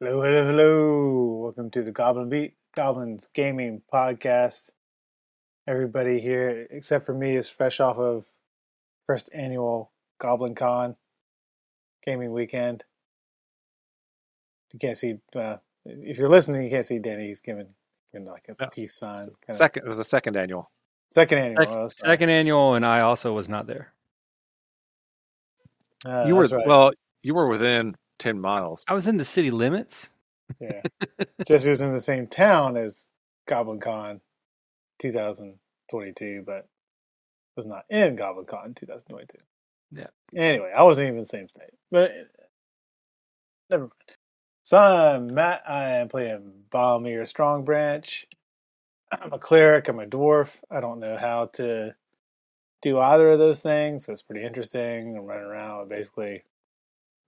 Hello, hello, hello. Welcome to the Goblin Beat Goblins Gaming Podcast. Everybody here, except for me, is fresh off of first annual Goblin Con gaming weekend. You can't see, uh, if you're listening, you can't see Danny. He's giving, giving like a No. peace sign. Kind of- Second, it was the second annual. second annual. Sec- oh, sorry. Second annual, and I also was not there. Uh, you were that's right. well, you were within ten miles. I was in the city limits. Yeah. Jesse was in the same town as Goblin Con 2022, but was not in Goblin Con 2022. Yeah. Anyway, I wasn't even in the same state. But never mind. So I'm Matt. I am playing Balmir Strong Branch. I'm a cleric. I'm a dwarf. I don't know how to do either of those things. That's pretty interesting. I'm running around with basically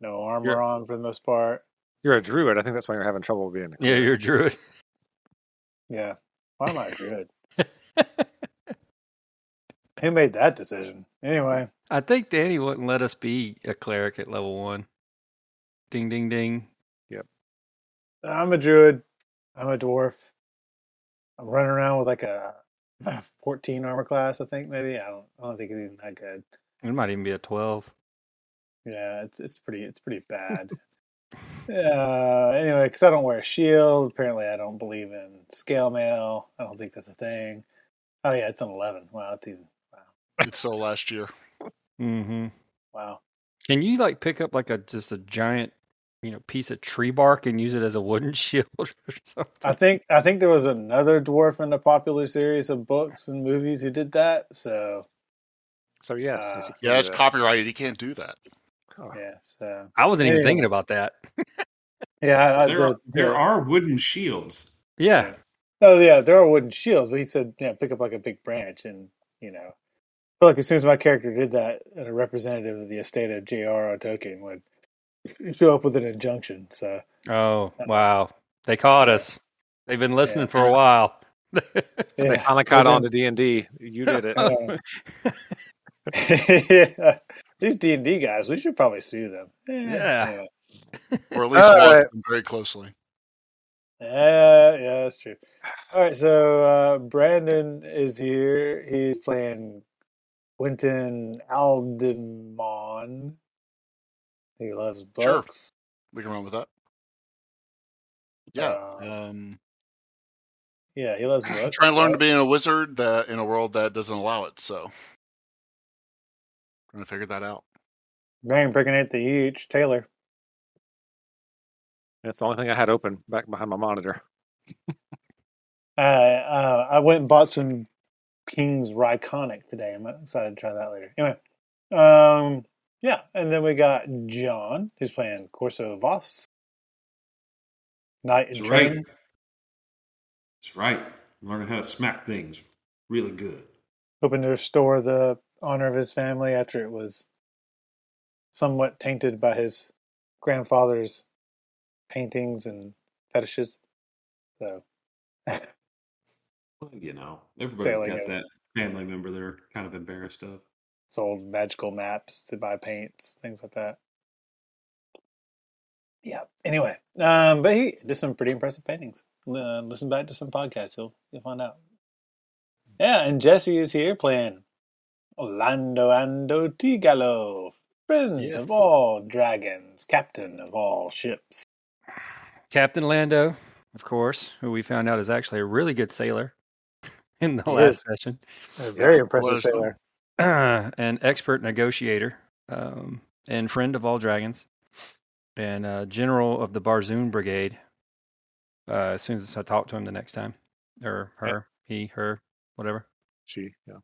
no armor You're- on for the most part. You're a druid. I think that's why you're having trouble being. Yeah, you're a druid. Yeah. Why am I good? Who made that decision? Anyway, I think Danny wouldn't let us be a cleric at level one. Ding, ding, ding. I'm a druid. I'm a dwarf. I'm running around with like a a 14 armor class, I think maybe. I don't. I don't think it's even that good. It might even be a twelve. Yeah, it's it's pretty it's pretty bad. uh, anyway, because I don't wear a shield. Apparently, I don't believe in scale mail. I don't think that's a thing. Oh yeah, it's an 11. Wow, it's even did so last year. Mm-hmm. wow. Can you like pick up like a just a giant, you know, piece of tree bark and use it as a wooden shield or I something? think I think there was another dwarf in the popular series of books and movies who did that. So So yes, yes, Uh, you can Yeah, do it's that. copyrighted. You can't do that. Oh. yeah, so I wasn't even Yeah. thinking about that. yeah, I, I, Uh, there, the- are, there are wooden shields. Yeah. Oh yeah, there are wooden shields, but he said, yeah, pick up like a big branch, and you know, but like as soon as my character did that, and a representative of the estate of J.R.R. Tolkien would show up with an injunction. So Oh wow, they caught us. They've been listening for a while. They yeah, finally caught Well, on to D and D. You did it. Oh. uh, yeah. these D and D guys, we should probably sue them. Yeah. anyway. Or at least All watch right. them very closely. Yeah, yeah, that's true. All right, so uh, Brandon is here. He's playing Quentin Aldemon. He loves Sure. books. We can run with that. Yeah. Uh, Um, Yeah, he loves books. trying to learn to right? be a wizard that in a world that doesn't allow it. So, trying to figure that out. Man, breaking it the huge Taylor. That's the only thing I had open back behind my monitor. Uh, uh, I went and bought some King's Ryconic today. I'm excited to try that later. Anyway, um, yeah, and then we got John, who's playing Corso Voss. Knight That's in right. training. That's right. I'm learning how to smack things really good. hoping to restore the honor of his family after it was somewhat tainted by his grandfather's paintings and fetishes. So, Well, you know, everybody's like got a- that family member they're kind of embarrassed of. sold magical maps to buy paints, things like that. Yeah. Anyway, um, but he did some pretty impressive paintings. Uh, listen back to some podcasts; you'll you'll find out. Yeah, and Jesse is here playing Orlando Ando Tigalo, friend Yes. of all dragons, captain of all ships. Captain Lando, of course, who we found out is actually a really good sailor in the He last is. session, A very impressive was- sailor. an expert negotiator um, and friend of all dragons, and uh, general of the Barzoon Brigade. Uh, as soon as I talk to him the next time, or Yeah. her, he, her, whatever. She, yeah.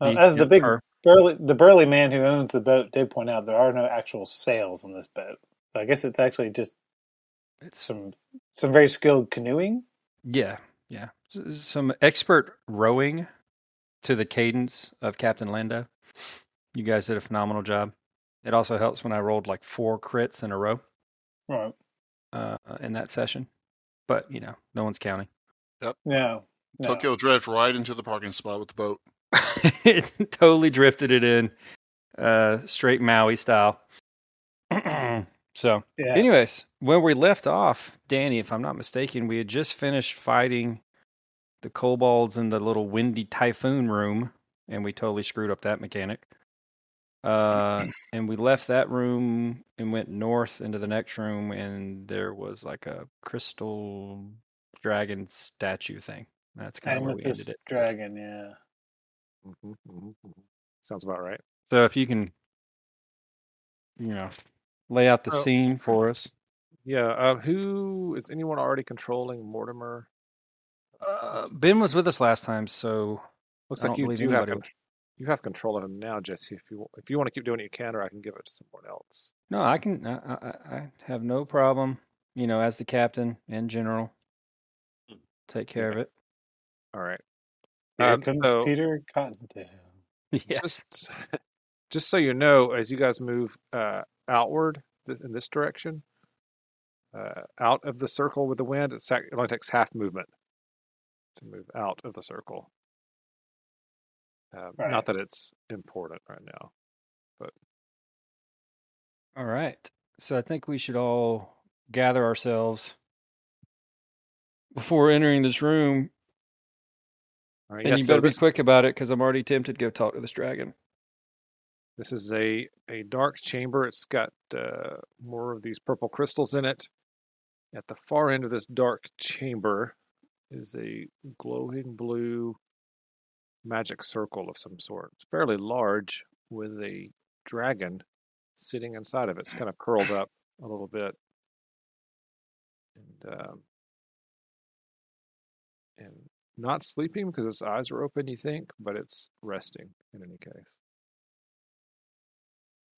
Uh, He, as the yep, big her. burly, the burly man who owns the boat did point out, there are no actual sails on this boat. So I guess it's actually just It's some some very skilled canoeing. yeah, yeah. S- Some expert rowing to the cadence of Captain Lando. You guys did a phenomenal job. It also helps when I rolled like four crits in a row. Right. uh, in that session. But you know, no one's counting. No. no. Tokyo Drift right into the parking spot with the boat. it totally drifted it in, uh, straight Maui style. So, Yeah. anyways, when we left off, Danny, if I'm not mistaken, we had just finished fighting the kobolds in the little windy typhoon room, and we totally screwed up that mechanic. Uh, and we left that room and went north into the next room, and there was like a crystal dragon statue thing. That's kind of where we ended Amethyst it. dragon, yeah. Mhm, mhm, mhm. Sounds about right. So if you can, you know, lay out the Oh. scene for us. Yeah. Uh, who is anyone already controlling Mortimer? Uh, ben was with us last time, so Looks I like don't you believe do have anybody- contr- you have control of him now, Jesse. If you if you want to keep doing it, you can, or I can give it to someone else. no, I can. I, I, I- I have no problem. You know, as the captain and general, Hmm. take care of All right. Here Um, comes so- Peter Cottontail. it. Yeah. Just just so you know, as you guys move uh, outward th- in this direction, uh, out of the circle with the wind, it's sac- it only takes half movement to move out of the circle. Um, Right. Not that it's important right now. All right. So I think we should all gather ourselves before entering this room, All right, and yes, you so better be this- quick about it because I'm already tempted to go talk to this dragon. This is a, a dark chamber. It's got uh, more of these purple crystals in it. At the far end of this dark chamber is a glowing blue magic circle of some sort. It's fairly large with a dragon sitting inside of it. It's kind of curled up a little bit. And, um, and not sleeping because its eyes are open, you think, but it's resting in any case.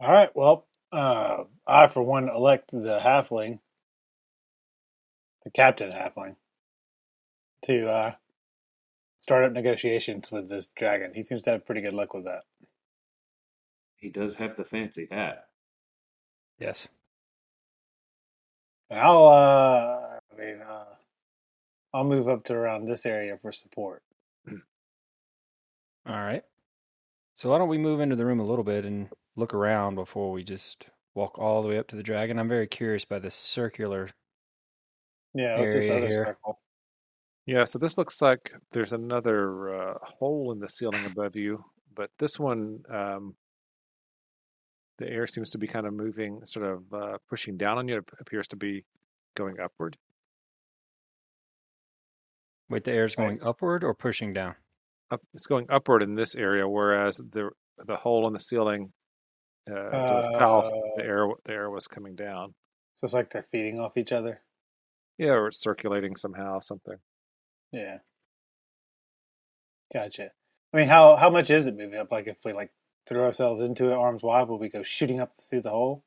All right, well, uh, I, for one, elect the halfling, the captain halfling, to uh, start up negotiations with this dragon. He seems to have pretty good luck with that. He does have the fancy hat. Yes. And I'll, uh, I mean, uh, I'll move up to around this area for support. All right. So why don't we move into the room a little bit and look around before we just walk all the way up to the dragon? I'm very curious by this circular. Yeah, that's this Area other here. circle. Yeah, so this looks like there's another uh, hole in the ceiling above you, but this one, um, the air seems to be kind of moving, sort of uh, pushing down on you. It appears to be going upward. Wait, the air's Right. going upward or pushing down? Up, it's going upward in this area, whereas the the hole in the ceiling uh, to the south, the Uh, air the air was coming down. So it's like they're feeding off each other. Yeah, or it's circulating somehow, something. Yeah. Gotcha. I mean, how how much is it moving up? Like, if we like throw ourselves into it arms wide, will we go shooting up through the hole?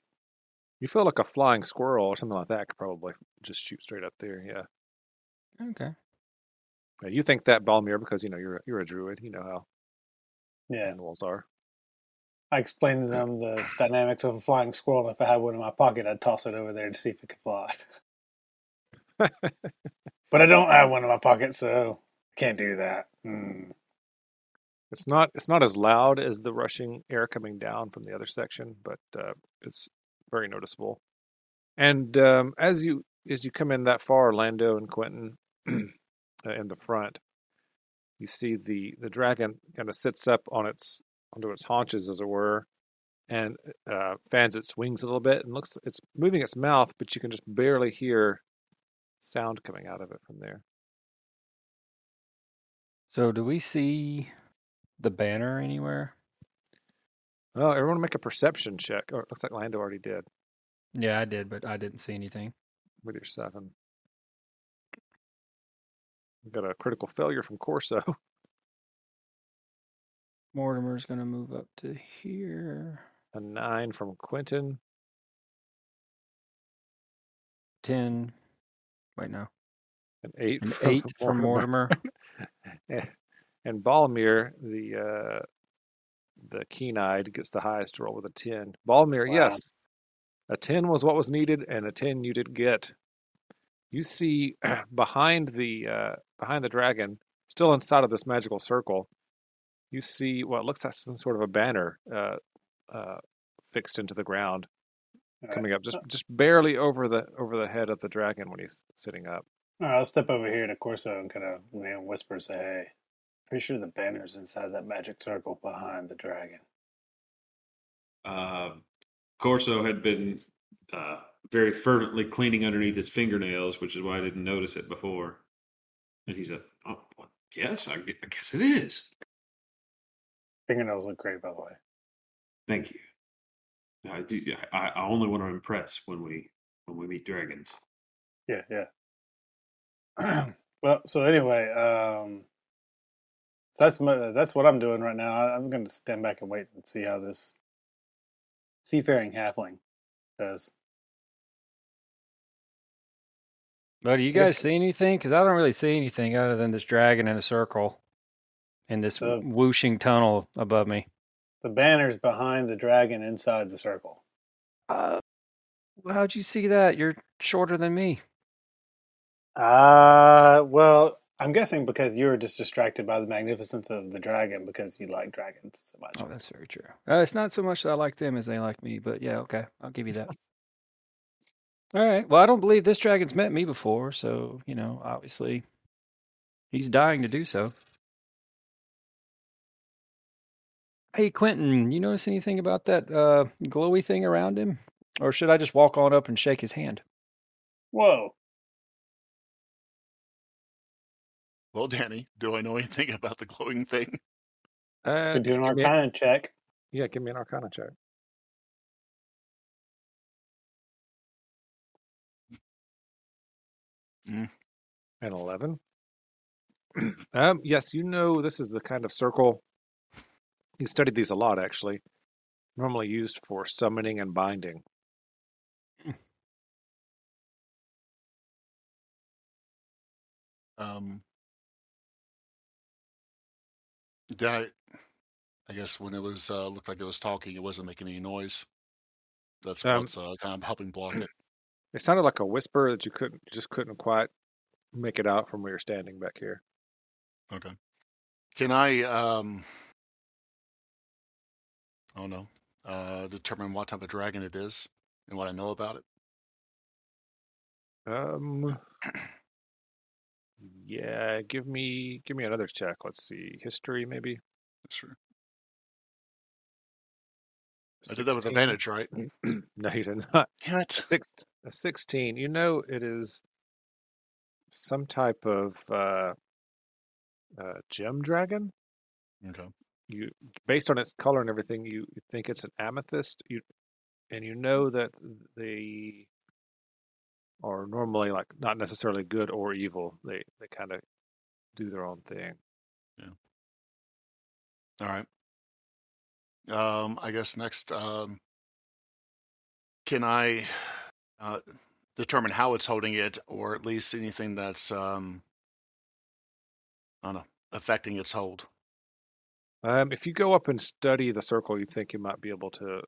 You feel like a flying squirrel or something like that could probably just shoot straight up there. Yeah, Okay. Now, you think that Balmir because you know you're a- you're a druid. You know how Yeah. animals are. I explained to them the dynamics of a flying squirrel, and if I had one in my pocket, I'd toss it over there to see if it could fly. but I don't have one in my pocket, so I can't do that. Hmm. It's not it's not as loud as the rushing air coming down from the other section, but uh, it's very noticeable. And um, as you as you come in that far, Lando and Quentin uh, in the front, you see the the dragon kind of sits up on its onto its haunches, as it were, and uh, fans its wings a little bit, and looks it's moving its mouth, but you can just barely hear sound coming out of it from there. So do we see the banner anywhere? Oh, everyone, make a perception check. Oh, it looks like Lando already did Yeah, I did, but I didn't see anything. with your seven. We got a critical failure from Corso. Mortimer's gonna move up to here. A nine from Quentin. Ten. Wait, no. An eight. An eight from Mortimer. And, and Balmir, the uh, the keen-eyed, gets the highest roll with a ten. Balmir, Wow. yes, a ten was what was needed, and a ten you did get. You see behind the uh, behind the dragon, still inside of this magical circle, you see what looks like some sort of a banner uh, uh, fixed into the ground. All coming up just just barely over the over the head of the dragon when he's sitting up. All right, I'll step over here to Corso and kind of man whisper, say, "Hey, pretty sure the banner's inside that magic circle behind the dragon." Uh, Corso had been uh, very fervently cleaning underneath his fingernails, which is why I didn't notice it before. And he's like, "Oh, well, yes, I, gu- I guess it is. Fingernails look great, by the way. Thank you. I do. I, I only want to impress when we when we meet dragons. Yeah, yeah. well, so anyway, um, so that's my, that's what I'm doing right now. I, I'm going to stand back and wait and see how this seafaring halfling does. But do you Yes. guys see anything? Because I don't really see anything other than this dragon in a circle and this Uh, whooshing tunnel above me. The banner's behind the dragon inside the circle. Uh, how'd you see that? You're shorter than me. Uh, well, I'm guessing because you were just distracted by the magnificence of the dragon because you like dragons so much. Oh, that's very true. Uh, it's not so much that I like them as they like me, but yeah, okay, I'll give you that. All right. Well, I don't believe this dragon's met me before, so you know, obviously, he's dying to do so. Hey, Quentin, you notice anything about that uh, glowy thing around him, or should I just walk on up and shake his hand? Whoa. Well, Danny, do I know anything about the glowing thing? Uh, We're doing give our me a- kind of check. yeah, give me an Arcana check. Mm-hmm. Mm. An eleven. um, yes, you know this is the kind of circle. You studied these a lot, actually. Normally used for summoning and binding. Um, that I guess when it was uh, looked like it was talking, it wasn't making any noise. That's Um, what's uh, kind of helping block it. It sounded like a whisper that you couldn't just couldn't quite make it out from where you're standing back here. Okay. Can I um oh no. Uh determine what type of dragon it is and what I know about it. Um, yeah, give me give me another check. Let's see, history maybe. Sure. I did that with 16. advantage, right? no, you did not. Damn it. Six, a sixteen. You know it is some type of uh, uh, gem dragon. Okay. You, based on its color and everything, you you think it's an amethyst. You, and you know that they are normally like not necessarily good or evil. They they kind of do their own thing. All right. Um I guess next um can I uh determine how it's holding it or at least anything that's um I don't know, affecting its hold. Um, if you go up and study the circle, you think you might be able to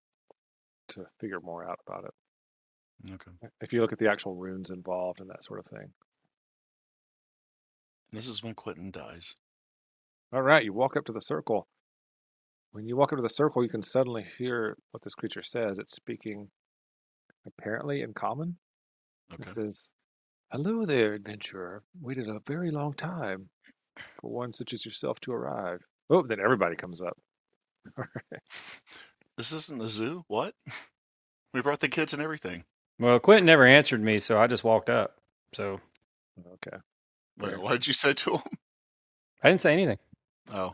to figure more out about it. Okay. If you look at the actual runes involved and that sort of thing. This is when Quentin dies. All right, you walk up to the circle. When you walk up to the circle, you can suddenly hear what this creature says. It's speaking apparently in common. It Okay. says, "Hello there, adventurer. Waited a very long time for one such as yourself to arrive." Oh, then everybody comes up. This isn't the zoo. What? We brought the kids and everything. Well, Quentin never answered me, so I just walked up. So Okay. Wait, Fair. what did you say to him? I didn't say anything. Oh,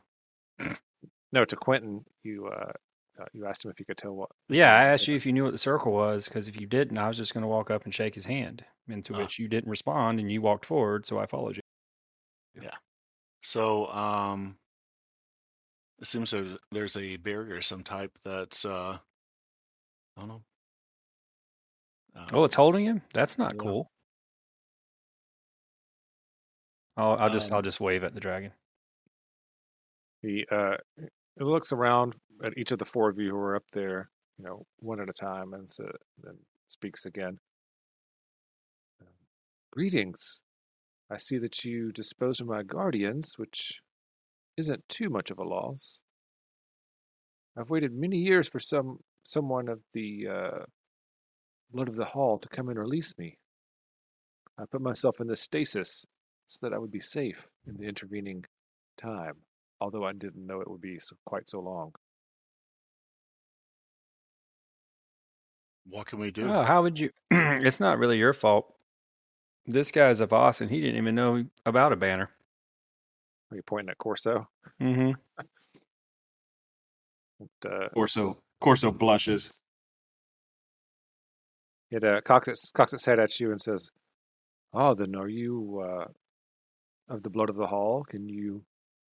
No, to Quentin, you uh, uh, you asked him if he could tell what. Yeah, I asked you if you knew what the circle was, because if you didn't, I was just going to walk up and shake his hand, and to Ah. which you didn't respond, and you walked forward, so I followed you. so um, it seems there's there's a barrier of some type that's uh, I don't know. Uh, Oh, it's holding him? That's not Yeah. cool. I'll, I'll just I'll Um, just wave at the dragon. He uh, he looks around at each of the four of you who are up there, you know, one at a time, and so, then speaks again. Um, Greetings. I see that you disposed of my guardians, which isn't too much of a loss. I've waited many years for some someone of the uh, blood of the hall to come and release me. I put myself in this stasis so that I would be safe in the intervening time, although I didn't know it would be so, quite so long. Um, What can we do? Oh, how would you? it's not really your fault. This guy's a boss, and he didn't even know about a banner. Are you pointing at Corso? Mm-hmm. It, uh, Corso Corso blushes. it uh, cocks, its, cocks its head at you and says, "Ah, then are you uh, of the blood of the hall? Can you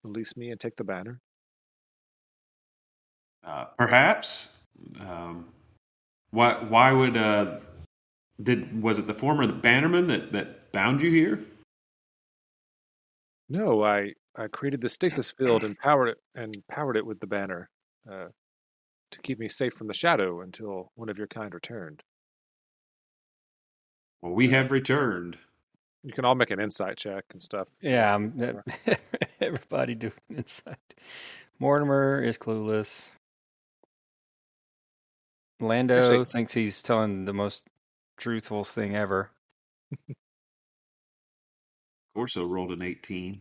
release me and take the banner?" Uh, perhaps. Um, why? Why would? Uh, did was it the former bannerman that that bound you here? No, I I created the stasis field and powered it and powered it with the banner uh, to keep me safe from the shadow until one of your kind returned. Well, we have returned. You can all make an insight check and stuff. Yeah, um, that- everybody doing inside. Mortimer is clueless. Lando Actually- thinks he's telling the most truthful thing ever. Corso rolled an eighteen.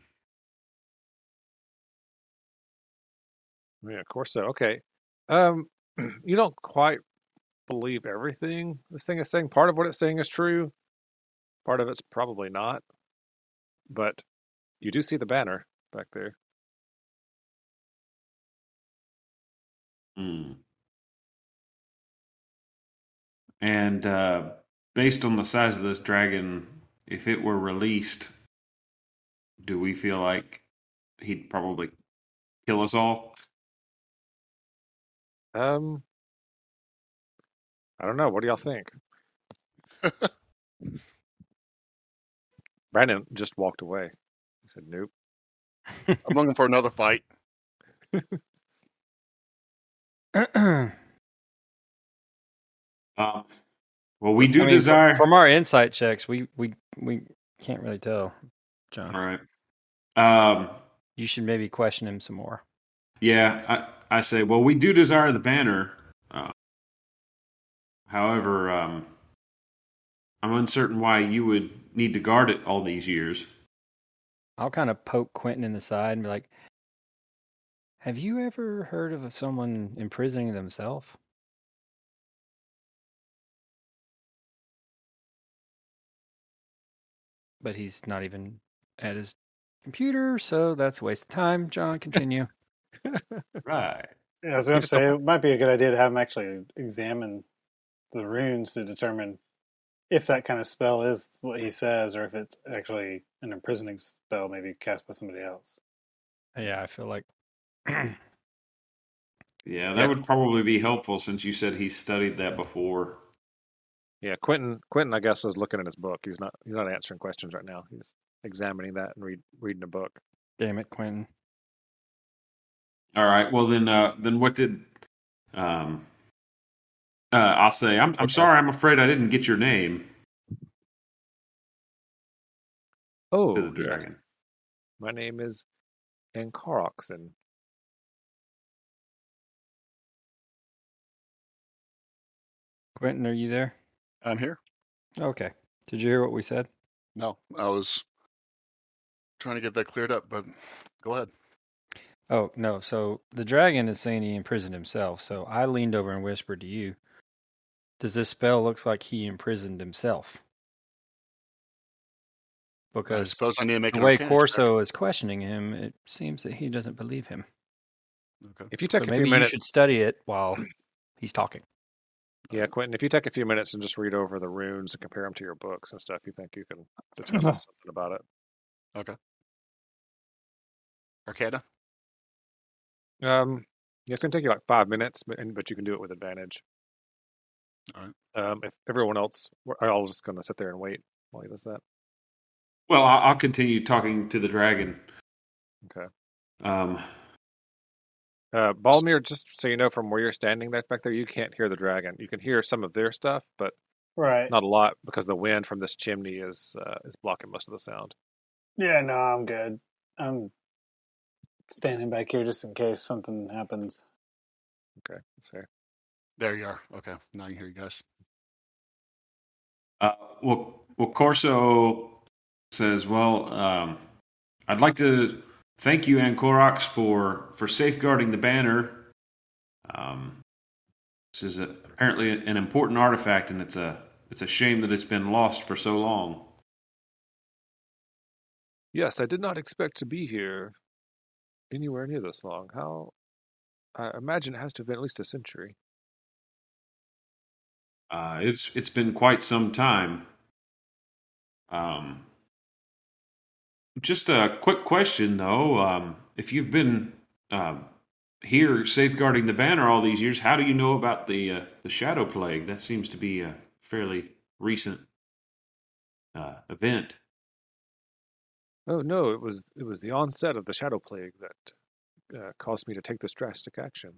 Yeah, of course so. Okay. Um, you don't quite believe everything this thing is saying. Part of what it's saying is true. Part of it's probably not. But you do see the banner back there. Hmm. And uh, based on the size of this dragon, if it were released, do we feel like he'd probably kill us all? Um, I don't know. What do y'all think? Brandon just walked away. He said, "Nope." I'm looking for another fight. Um, well, we do I mean, fr- desire. from our insight checks, we we we can't really tell. John, all right. Um, you should maybe question him some more. yeah, I, I say. Well, we do desire the banner. Uh, however, um, I'm uncertain why you would need to guard it all these years. I'll kind of poke Quentin in the side and be like, "Have you ever heard of someone imprisoning themselves?" But he's not even at his computer, so that's a waste of time. John, continue. Right. Yeah, I was going Just to say it might be a good idea to have him actually examine the runes to determine if that kind of spell is what he says, or if it's actually an imprisoning spell, maybe cast by somebody else. yeah, I feel like Yeah, that Yeah. would probably be helpful since you said he studied that before. Yeah, Quentin. Quentin, I guess, is looking at his book. He's not. He's not answering questions right now. He's examining that and read, reading a book. Damn it, Quentin. All right. Well, then, uh, then what did? Um, uh, I'll say. I'm. I'm Okay. sorry. I'm afraid I didn't get your name to the Oh, yes. dragon. My name is Ankorox, and Quentin, are you there? I'm here. Okay. Did you hear what we said? No, I was trying to get that cleared up, but go ahead. Oh, no. So the dragon is saying he imprisoned himself. So I leaned over and whispered to you, Does this spell looks like he imprisoned himself? I Because suppose I need to make the an way arcana check. Corso is questioning him, it seems that he doesn't believe him. Okay. if you So take a few maybe you minutes, should study it while he's talking. yeah, Quentin, if you take a few minutes and just read over the runes and compare them to your books and stuff, you think you can determine something about it. Okay. Arcana. Um, yeah, it's gonna take you like five minutes, but and, but you can do it with advantage. All right. Um, if everyone else, we're all just gonna sit there and wait while he does that. Well, I- I'll continue talking to the dragon. Okay. Um, Uh, Balmir, just so you know, from where you're standing that back there, you can't hear the dragon. You can hear some of their stuff, but Eh. Right. not a lot because the wind from this chimney is uh, is blocking most of the sound. Yeah, no, I'm good. I'm standing back here just in case something happens. Okay, that's fair. There you are. Okay. Now I can hear you guys. Uh, well, well, Corso says, "Well, um, I'd like to thank you, Ancorox, for for safeguarding the banner. Um, this is a, apparently an important artifact, and it's a it's a shame that it's been lost for so long. Yes, I did not expect to be here anywhere near this long. How? I imagine it has to have been at least a century. Uh, it's it's been quite some time. Um, just a quick question though. Um, if you've been um here safeguarding the banner all these years, how do you know about the uh, the shadow plague? That seems to be a fairly recent uh, event. Oh no, it was it was the onset of the shadow plague that uh, caused me to take this drastic action.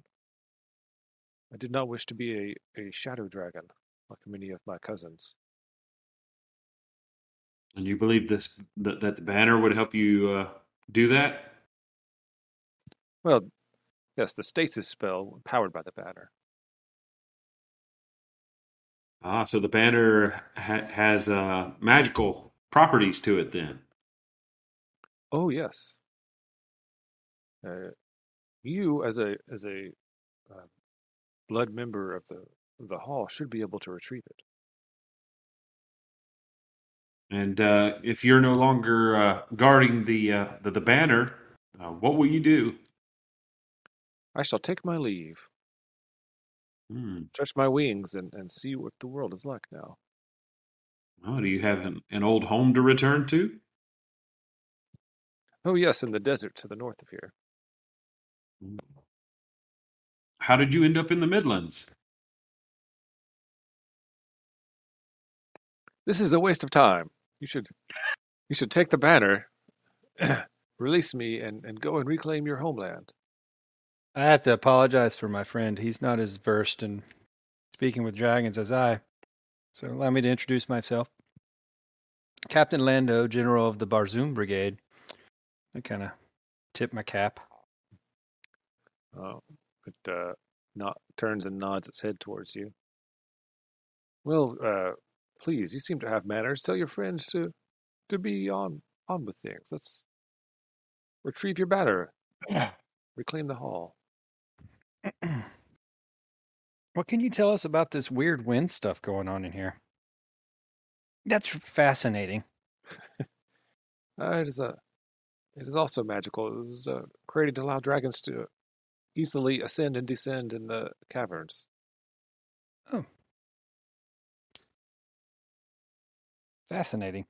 I did not wish to be a, a shadow dragon like many of my cousins. And you believe this that, that the banner would help you uh, do that? Well, yes, the stasis spell powered by the banner. Ah, so the banner ha- has uh, magical properties to it. Then Oh yes. Uh, you as a as a uh, blood member of the of the hall should be able to retrieve it. And uh, if you're no longer uh, guarding the, uh, the the banner, uh, what will you do? I shall take my leave, Hmm. stretch my wings, and, and see what the world is like now. Oh, do you have an, an old home to return to? Oh yes, in the desert to the north of here. How did you end up in the Midlands? This is a waste of time. You should you should take the banner, release me, and, and go and reclaim your homeland. I have to apologize for my friend. He's not as versed in speaking with dragons as I. So allow me to introduce myself. Captain Lando, General of the Barzoom Brigade. I kind of tip my cap. Uh, it uh, not turns and nods its head towards you. Well, uh, please, you seem to have manners. Tell your friends to to be on on with things. Let's retrieve your banner, reclaim the hall. what can you tell us about this weird wind stuff going on in here? That's fascinating. Uh, it is a it is also magical. It was uh, created to allow dragons to easily ascend and descend in the caverns. Fascinating.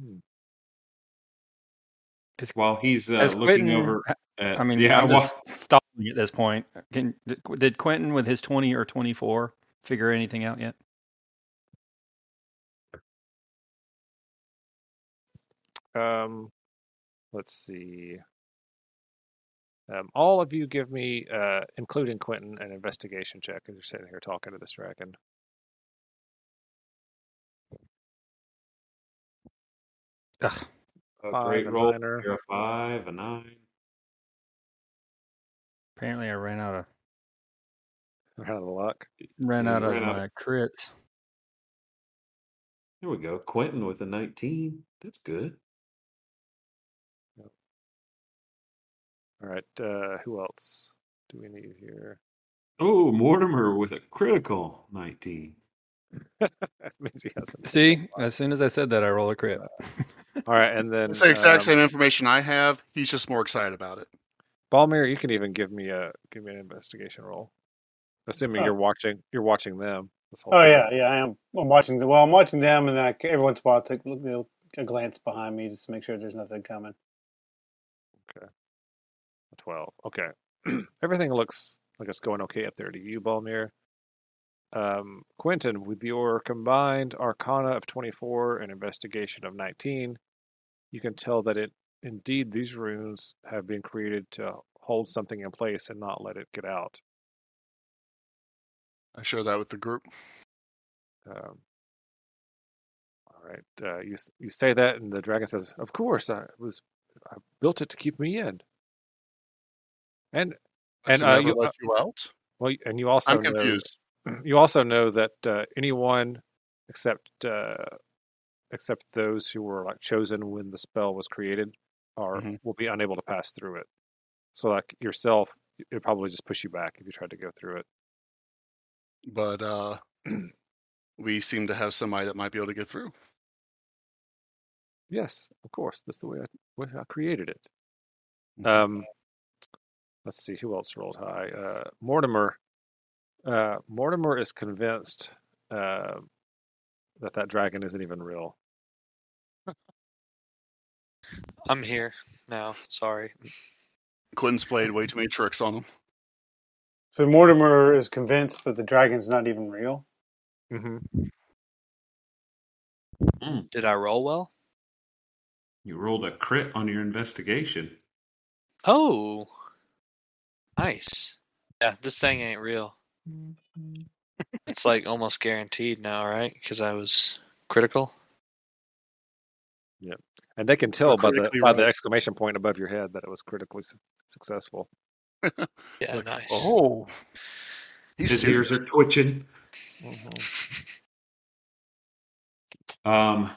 Hmm. It's While he's uh, Has looking Quentin- over at I mean, yeah, I'm while- just stalling at this point. Can, did Qu- did Quentin with his 20 or 24 figure anything out yet? Um, let's see. Um, all of you give me, uh, including Quentin, an investigation check as you're sitting here talking to this dragon. Ugh, a Five, great a roll. niner. You're a five, a nine. apparently, I ran out of I'm out of luck. ran Yeah, out you of ran out. my crits. Here we go. Quentin with a 19. That's good. All right. Uh, who else do we need here? Oh, Mortimer with a critical 19. That means he hasn't. rolled See, a lot. as soon as I said that, I roll a crit. All right, and then It's the exact um, same information I have. He's just more excited about it. Balmir, you can even give me a give me an investigation roll, assuming Oh. you're watching you're watching them this whole Oh time. yeah, yeah. I am. I'm watching the. Well, I'm watching them, and then I, every once in a while, I take a little- a glance behind me just to make sure there's nothing coming. Okay, a twelve. Okay, everything looks like it's going okay up there to you, Balmir. Um, Quentin, with your combined Arcana of twenty-four and Investigation of nineteen, you can tell that it indeed these runes have been created to hold something in place and not let it get out. I share that with the group. Um, all right, uh, you s- you say that, and the dragon says, "Of course, I was I built it to keep me in." And But and to uh, never you let uh, you out? well, and you also I'm know confused. you also know that uh, anyone except uh, except those who were like chosen when the spell was created are Mhm. will be unable to pass through it. So like yourself, it probably just push you back if you tried to go through it. but uh, we seem to have somebody that might be able to get through. Yes, of course. That's the way I, way I created it. Mhm. Um, let's see who else rolled high. Uh, Mortimer. Uh, Mortimer is convinced uh, that that dragon isn't even real. I'm here now. Sorry. Quinn's played way too many tricks on him. So Mortimer is convinced that the dragon's not even real. Mm-hmm. Did I roll well? You rolled a crit on your investigation. Oh, nice. Yeah, this thing ain't real. It's like almost guaranteed now, right? Because I was critical. And they can tell by the critically by the wrong. exclamation point above your head that it was critically su- successful. Yeah, Like, nice. Oh, he's His serious. ears are twitching. Um,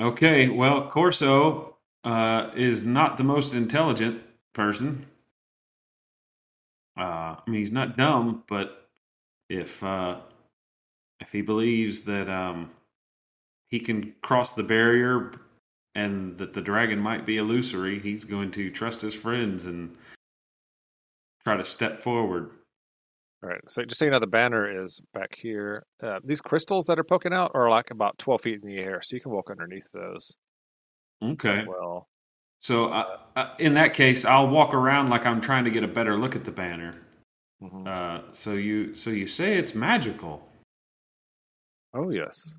okay, well, Corso uh, is not the most intelligent person. Uh, I mean, he's not dumb, but if uh, if he believes that um, he can cross the barrier and that the dragon might be illusory, he's going to trust his friends and try to step forward. All right. So just so you know, the banner is back here. Uh, these crystals that are poking out are like about twelve feet in the air, so you can walk underneath those Okay. as well. So uh, uh, in that case, I'll walk around like I'm trying to get a better look at the banner. Mhm. Uh, so you so you say it's magical. Oh yes.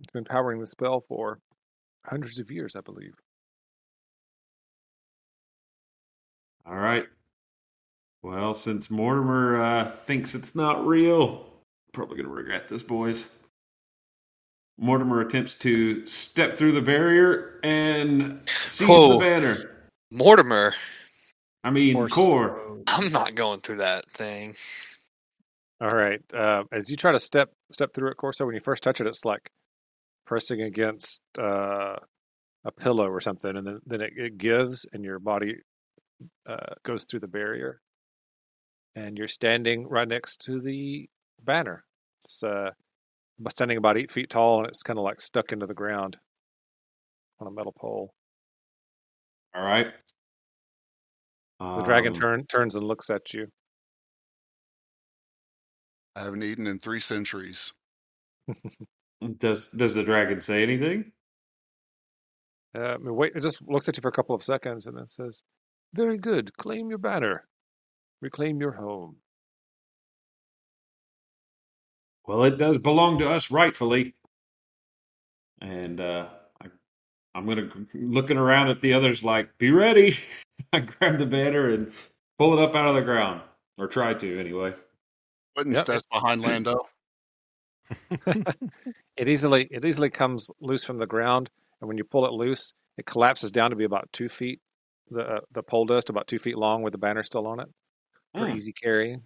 It's been powering the spell for hundreds of years, I believe. All right. Well, since Mortimer uh, thinks it's not real, probably gonna regret this, boys. Mortimer attempts to step through the barrier and sees the Whoa. banner. Mortimer, I mean, Horse. core. I'm not going through that thing. All right. Uh, as you try to step step through it, Corso, when you first touch it, it's like pressing against uh, a pillow or something, and then, then it, it gives, and your body uh, goes through the barrier, and you're standing right next to the banner. It's uh, about- standing about eight feet tall, and it's kind of like stuck into the ground on a metal pole. All right. The dragon Um, turn, turns and looks at you. I haven't eaten in three centuries. Does does the dragon say anything? Uh, I mean, wait, it just looks at you for a couple of seconds and then says, Very good. Claim your banner. Reclaim your home. Well, it does belong to us rightfully. And uh, I, I'm gonna looking around at the others like, be ready. I grab the banner and pull it up out of the ground, or try to anyway. Quinn Yep. steps behind Lando. It easily it easily comes loose from the ground, and when you pull it loose, it collapses down to be about two feet. The uh, the pole dust about two feet long with the banner still on it for Hmm, easy carrying.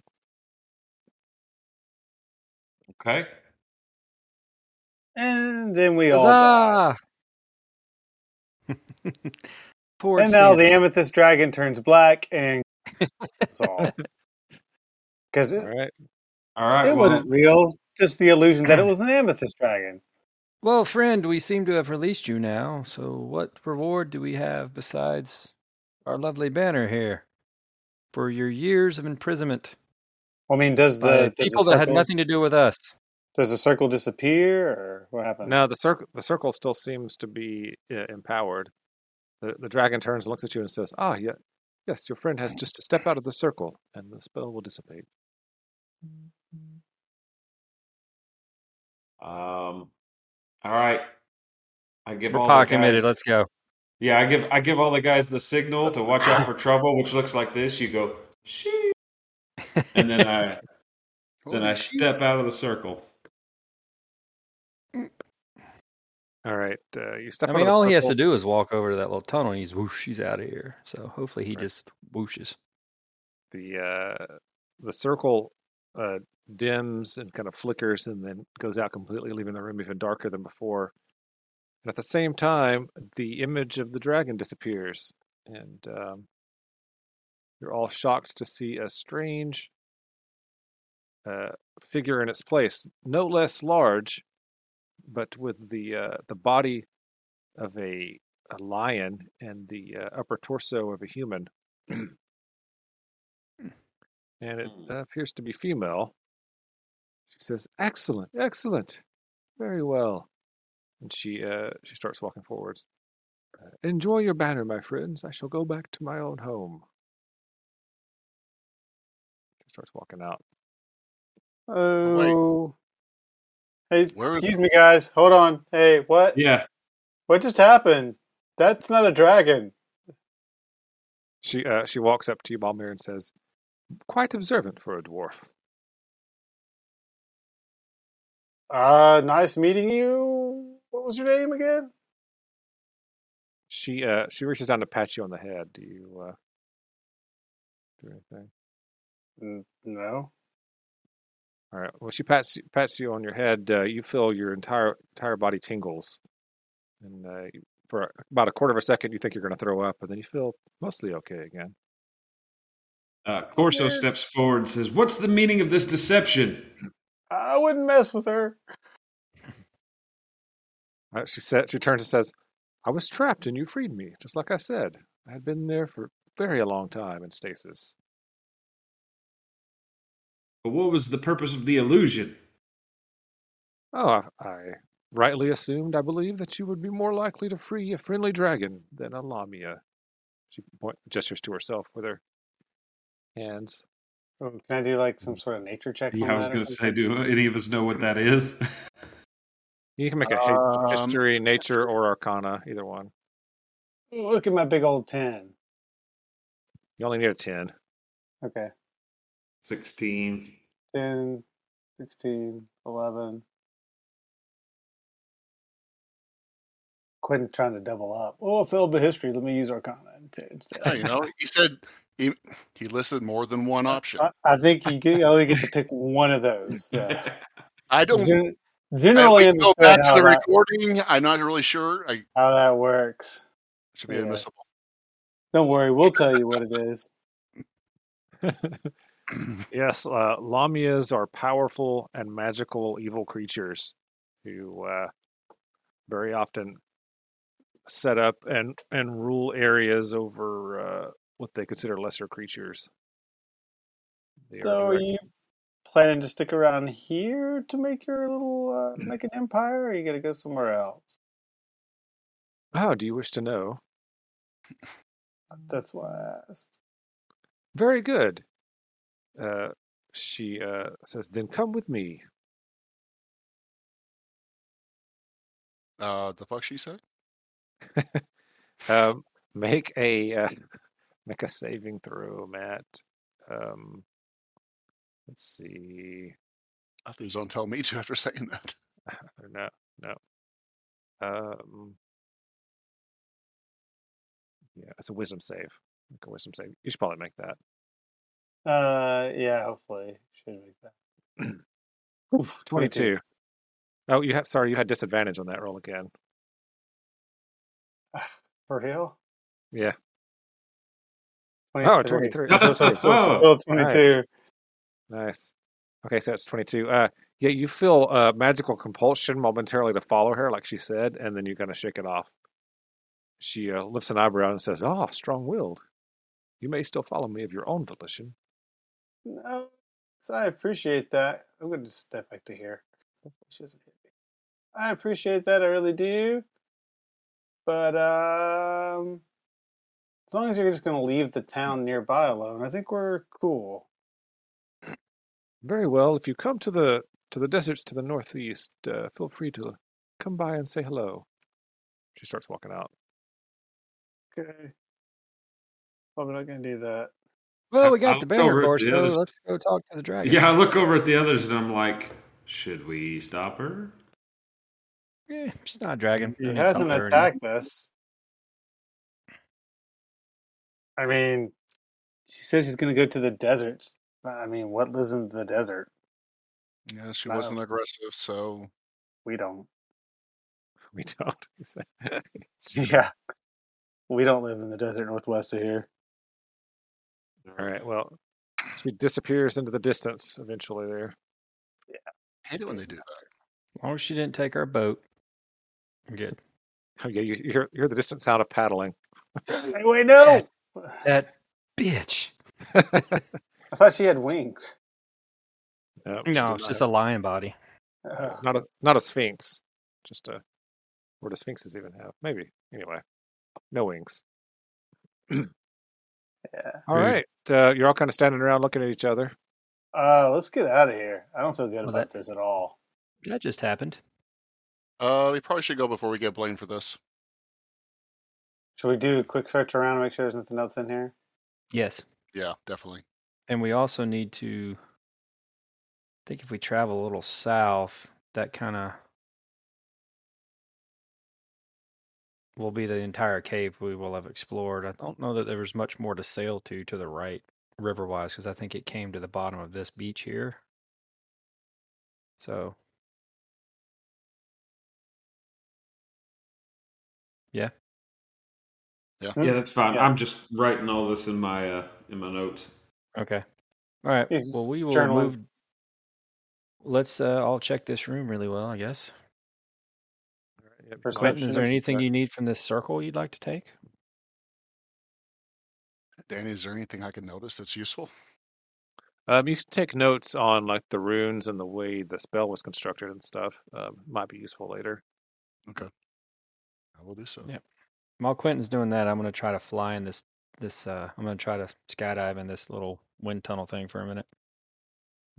okay. And then we all. die. Huzzah! Poor And now the Stan. amethyst dragon turns black and it's all. Because All it, right, All right. it well, wasn't real, just the illusion that it was an amethyst dragon. Well, friend, we seem to have released you now, so what reward do we have besides our lovely banner here for your years of imprisonment I mean, does by the does the people that had circle nothing to do with us? does the circle disappear or what happens? now the circle the circle still seems to be uh, empowered. The the dragon turns and looks at you and says, "Ah, yeah, yes, your friend Hmm. has just to step out of the circle, and the spell will dissipate." um, all right. I give We're all paw the committed. guys. Let's go. Yeah, I give I give all the guys the signal to watch out for trouble, which looks like this. You go, shee, and then uh, I then Holy I shit. step out of the circle. All right, uh, you step I out mean, of all the he has circle. to do is walk over to that little tunnel. And he's whoosh. He's out of here. So hopefully he Right. just whooshes. the uh, the circle uh, dims and kind of flickers and then goes out completely, leaving the room even darker than before. And at the same time, the image of the dragon disappears, and um, you're all shocked to see a strange uh, figure in its place, no less large, but with the uh, the body of a, a lion and the uh, upper torso of a human. and it Hmm. uh, appears to be female. She says, "Excellent, excellent, very well," and she uh, she starts walking forwards. Uh, Enjoy your banner, my friends. I shall go back to my own home. She starts walking out. Oh. Hey, Where are excuse me, guys. Hold on. Hey, what? Yeah. What just happened? That's not a dragon. She uh, she walks up to you, Balmir, and says, "Quite observant for a dwarf." Uh, nice meeting you. What was your name again? She uh, she reaches down to pat you on the head. Do you uh, do anything? N- No. All right. Well, she pats pats you on your head. Uh, you feel your entire entire body tingles, and uh, you- for about a quarter of a second, you think you're going to throw up, and then you feel mostly okay again. Uh, Corso steps forward and says, What's the meaning of this deception? I wouldn't mess with her. Uh, she said she turns and says, "I was trapped, and you freed me, just like I said. I had been there for very a long time in stasis. But what was the purpose of the illusion? Oh, I, I rightly assumed, I believe, that you would be more likely to free a friendly dragon than a Lamia. She point, gestures to herself with her hands. Oh, Can I do like some sort of nature check? on Mm. Yeah, I was that or going to say, something? do any of us know what that is? You can make a hi- Um, history, nature, or arcana, either one. Look at my big old ten. You only need a 10. Okay. 16. 10, 16, 11. Quentin trying to double up. Oh, I failed the history. Let me use Arcana instead. Um, yeah, you know, he said he, he listed more than one option. I, I think you, get, you only get to pick one of those. Uh, I don't. gen- I, we generally can go understood back to how the that, recording. I'm not really sure. I how that works. should be Yeah. admissible. Don't worry, we'll tell you what it is. Yes, uh, Lamias are powerful and magical evil creatures who uh, very often set up and, and rule areas over uh, what they consider lesser creatures. They are So, are direct you planning to stick around here to make your little uh, make an empire, or are you gonna go somewhere else? Oh, do you wish to know? Mm. That's why I asked. Very good. Uh, she uh, says, Then come with me. Uh, the fuck she said? Um, make a uh, make a saving throw, Matt. Um, let's see. I thought he was on tell me to after saying that. No, no. Um, yeah, it's a wisdom save. Make a wisdom save. You should probably make that. Uh, yeah, hopefully should make that. Oof, 22. Twenty-two. Oh, you had sorry, you had disadvantage on that roll again. For real? Yeah. Oh, 23. So, 23. so, so, Oh, still 22. Nice. Okay, so it's 22. Uh, yeah, you feel uh, magical compulsion momentarily to follow her, like she said, and then you kind of shake it off. She uh, lifts an eyebrow and says, "Ah, strong-willed. You may still follow me of your own volition." No, so I appreciate that. I'm going to step back to here. Hopefully She doesn't hit me. I appreciate that. I really do. But um, as long as you're just going to leave the town nearby alone, I think we're cool. Very well. If you come to the to the deserts to the northeast, uh, feel free to come by and say hello. She starts walking out. Okay. Probably not going to do that. Well, we I- got I the looked banner over at course, the so others. let's go talk to the dragon. Yeah, I look over at the others and I'm like, should we stop her? Yeah, she's not a dragon. He Don't need to talk hasn't to her anymore. attacked us. I mean, she said she's going to go to the deserts. I mean, what lives in the desert? Yeah, she No. wasn't aggressive, so We don't. We don't. He said. It's true. Yeah. We don't live in the desert northwest of here. All right. Well, she disappears into the distance eventually. There. hate it when they do that. As long as she didn't take our boat, I'm good. Oh, yeah, you, you hear you hear the distance out of paddling. Anyway, no. That bitch. I thought she had wings. No, she No, did it's not just have- a lion body. Ugh. not a not a sphinx. Just a what do sphinxes even have? Maybe anyway. No wings. yeah. All Food. right. Uh, you're all kind of standing around looking at each other. Uh, let's get out of here. I don't feel good Well, about that- this at all. That just happened. Uh, we probably should go before we get blamed for this. Should we do a quick search around, make sure there's nothing else in here? Yes. Yeah, definitely. And we also need to I think if we travel a little south, that kind of will be the entire cave we will have explored. I don't know that there was much more to sail to to the right river-wise because I think it came to the bottom of this beach here. So, Yeah, that's fine. Yeah. I'm just writing all this in my uh, in my notes. okay. All right. Yes, Well, we will journaling. move Let's uh, all check this room really well, I guess. All right, yep, Perception Quentin, is there is anything correct. you need from this circle you'd like to take? Danny, is there anything I can notice that's useful? Um, you can take notes on like the runes and the way the spell was constructed and stuff. Um, might be useful later. I will do so. Yeah. While Quentin's doing that, I'm gonna try to fly in this this uh I'm gonna try to skydive in this little wind tunnel thing for a minute.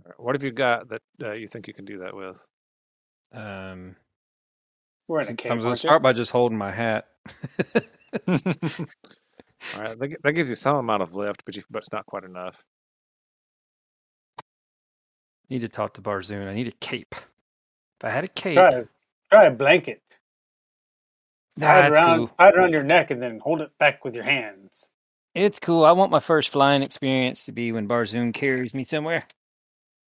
All right, What have you got that uh, you think you can do that with? Um We're in a I'm cave. gonna aren't start you? by just holding my hat. All right, that, gi- that gives you some amount of lift, but you, but it's not quite enough. need to talk to Barzoon. I need a cape. If I had a cape, Try, try a blanket. nah, tie, it it's around, cool. tie it around your neck and then hold it back with your hands. It's cool. I want my first flying experience to be when Barzoon carries me somewhere.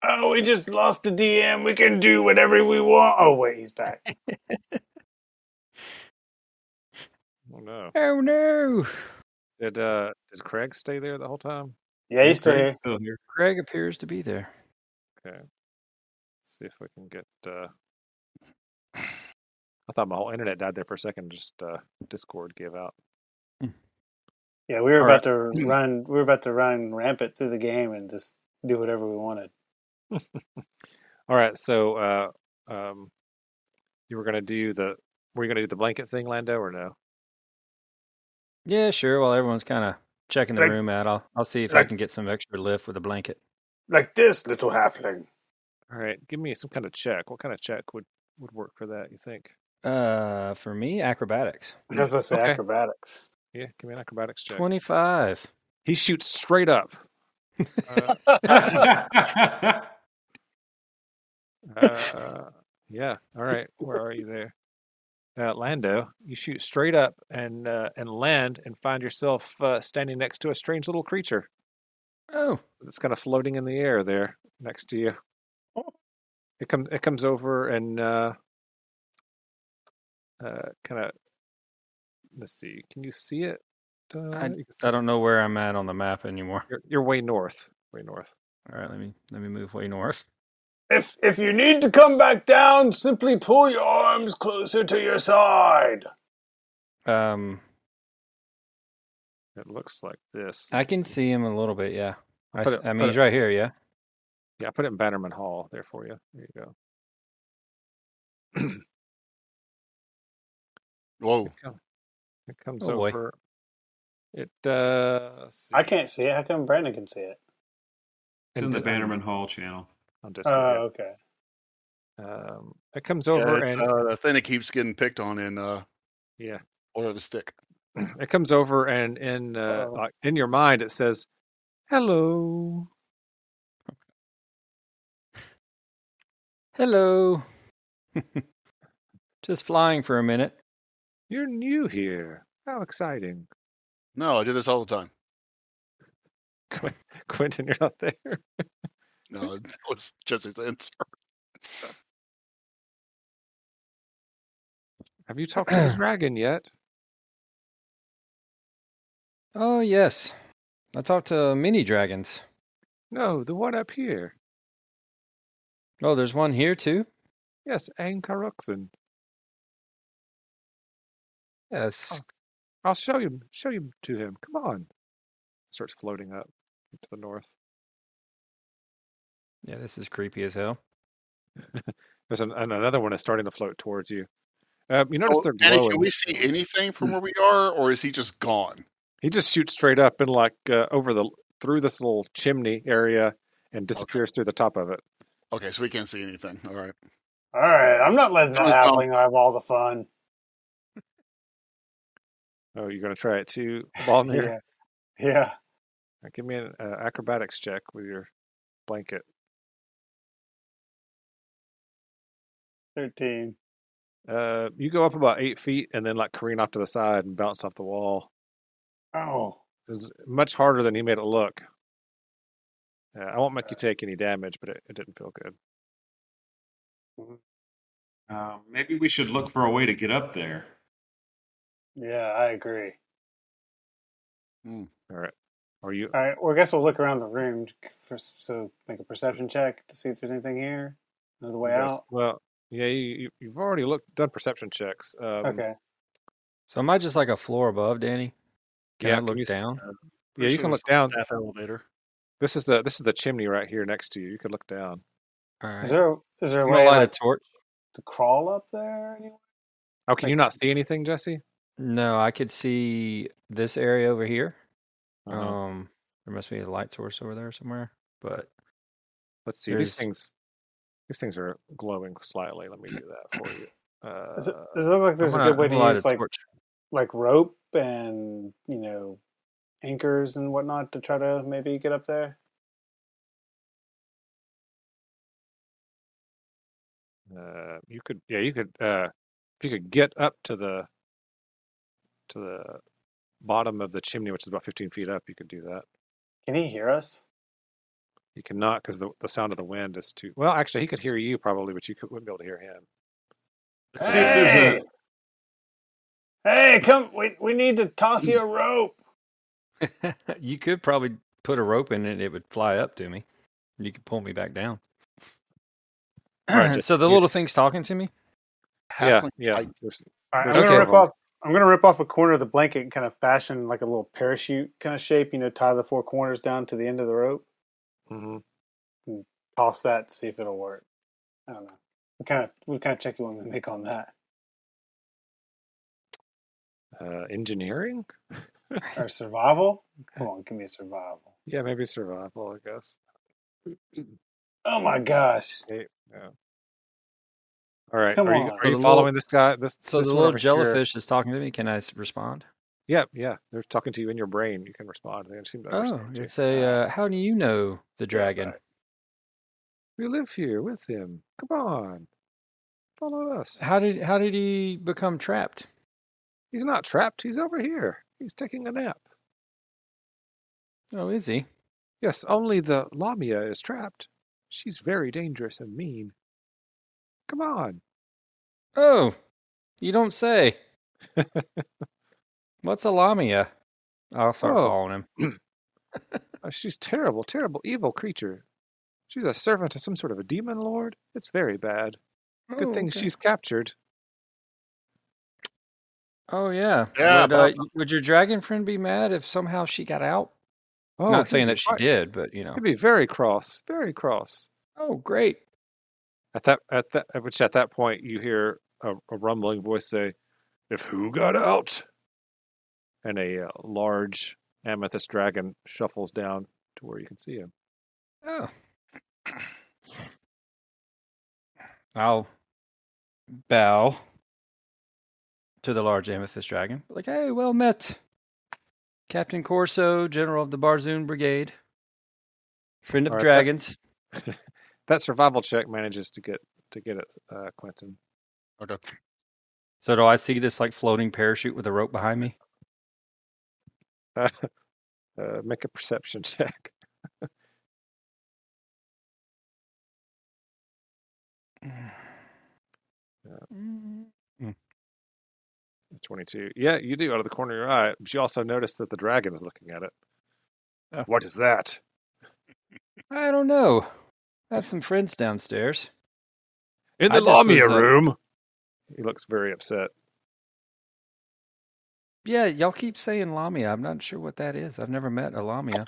Oh, we just lost the DM. We can do whatever we want. Oh, wait, he's back. Oh no! Oh no. Did uh, did Craig stay there the whole time? Yeah, he's still here. Craig's Still here. Greg appears to be there. Let's see if we can get. Uh... I thought my whole internet died there for a second. Just uh, Discord gave out. Yeah, we were All about to run. We were about to run rampant through the game and just do whatever we wanted. All right, so uh, um, you were gonna do the were you gonna do the blanket thing, Lando, or no? Yeah, sure. While everyone's kinda checking the Like- room out, I'll I'll see if I like- can get some extra lift with a blanket. Like this, little halfling. All right, give me some kind of check. What kind of check would would work for that? You think? Uh, for me, acrobatics. That's supposed to say Okay. acrobatics. Yeah, give me an acrobatics check. 25. He shoots straight up. Uh, uh, yeah. All right. Where are you there? Uh, Lando, you shoot straight up and uh, and land and find yourself uh, standing next to a strange little creature Oh, that's kind of floating in the air there next to you. It comes it comes over and uh, uh, kind of let's see. Can you see it? Uh, you can see I it. don't know where I'm at on the map anymore. You're, you're way north. Way north. All right, let me let me move way north. If if you need to come back down, simply pull your arms closer to your side. Um, It looks like this. I can see him a little bit. Yeah, I, put s- it- I mean put he's it- right here. Yeah. Yeah, I put it in Bannerman Hall there for you. There you go. Whoa. It, come- it comes Oh, boy. over. It uh, let's see. I can't see it. How come Brandon can see it? It's in the And- Bannerman Hall channel. on Oh, Discord. yeah. okay. Um, it comes Yeah, over it's, and uh, the thing that keeps getting picked on in uh, yeah, Order to Stick. it comes over and in uh, Uh-oh. like, in your mind it says, "Hello." Hello. Just flying for a minute. You're new here. How exciting, No, I do this all the time. Quentin! You're not there. No, it was Jesse's answer. Have you talked to the dragon yet? Oh yes, I talked to many dragons. No, the one up here. Oh, there's one here too. Yes, Ankaruxin. Yes. Oh. I'll show you show you to him. Come on. Starts floating up to the north. Yeah, this is creepy as hell. There's an, and another one is starting to float towards you. Um, you notice they're Annie, glowing. can Oh, we see anything from where we are, or is he just gone? He just shoots straight up and like uh, over the through this little chimney area and disappears through the top of it. Okay, so we can't see anything. All right. All right, I'm not letting the That was dumb. halfling have all the fun. Oh, you're gonna try it too, Balnir. Yeah, yeah. Uh, Give me an uh, acrobatics check with your blanket. Thirteen. Uh, you go up about eight feet and then like careen off to the side and bounce off the wall. Oh, It's much harder than he made it look. Uh, I won't make you take any damage, but it, it didn't feel good. Uh, maybe we should look for a way to get up there. yeah. I agree. All right. Are you? All right. Well, I guess we'll look around the room for so make a perception check to see if there's anything here. Another way you guys- out. Well, yeah. You, you, you've already looked done perception checks. Um, Okay. So am I just like a floor above, Danny? Can yeah, I can look you s- down? Yeah, Pretty you sure can there's look down. Staff elevator. This is the this is the chimney right here next to you. You could look down. All right. Is there is there a I'm gonna way light a like, torch. to crawl up there? Anyway? Oh, can Like- you not see anything, Jesse? No, I could see this area over here. Uh, Uh-huh. Um, there must be a light source over there somewhere. But Let's see. These there's- things these things are glowing slightly. Let me do that for you. Does it, Uh, does it look like there's I'm a gonna- good way I'm to gonna light use a like torch. like rope and you know anchors and whatnot to try to maybe get up there? uh, you could yeah, you could uh, if you could get up to the to the bottom of the chimney, which is about 15 feet up, you could do that. Can he hear us? You cannot because the, the sound of the wind is too. Well, actually, he could hear you probably, but you could, wouldn't be able to hear him. Let's see if there's a. Hey, come! We we need to toss you a rope. you could probably put a rope in it; it would fly up to me. and You could pull me back down. All right, just so the use- little thing's talking to me. Yeah, Halfling yeah. type. there's- All right, I'm There's gonna okay. rip off. I'm gonna rip off a corner of the blanket and kind of fashion like a little parachute kind of shape. You know, tie the four corners down to the end of the rope. mhm. Toss that. See if it'll work. I don't know. We kind of we kind of check you Mm. when we make on that Uh, engineering? or survival. Come on, give me a survival. Yeah, maybe survival, I guess. Oh my gosh! Okay, yeah. All right. Come are you on. are So you the little- following this guy? This So this the one little over here- jellyfish is talking to me. Can I s- respond? Yeah, yeah. They're talking to you in your brain. You can respond. They seem to Oh, understand you you. say, uh, how do you know the dragon? right. We live here with him. Come on, follow us. How did how did he become trapped? He's not trapped. He's over here. He's taking a nap. Oh, is he? Yes, only the Lamia is trapped. She's very dangerous and mean. Come on. Oh, you don't say. What's a lamia? I'll start Oh. following him. Uh, She's terrible, terrible, evil creature. She's a servant of some sort of a demon lord. It's very bad. Good Oh, thing okay. she's captured. Oh yeah. Yeah, would, uh, Papa. would your dragon friend be mad if somehow she got out? Oh, he'd Not saying be that she quite- did, but you know. He'd be very cross, very cross. Oh, great. At that, at that, at which at that point you hear a, a rumbling voice say, "If who got out?" And a uh, large amethyst dragon shuffles down to where you can see him. Oh. I'll bow to the large amethyst dragon. Like, hey, well met, Captain Corso, General of the Barzoon Brigade, friend of All right, that- dragons. That survival check manages to get to get it, uh, Quentin. Okay. So do I see this like floating parachute with a rope behind me? Uh, uh, make a perception check. Mm. 22. Yeah, you do out of the corner of your eye. But you also notice that the dragon is looking at it. Oh. What is that? I don't know. I have some friends downstairs. In I the just was, Lamia uh, room. He looks very upset. Yeah, y'all keep saying Lamia. I'm not sure what that is. I've never met a Lamia.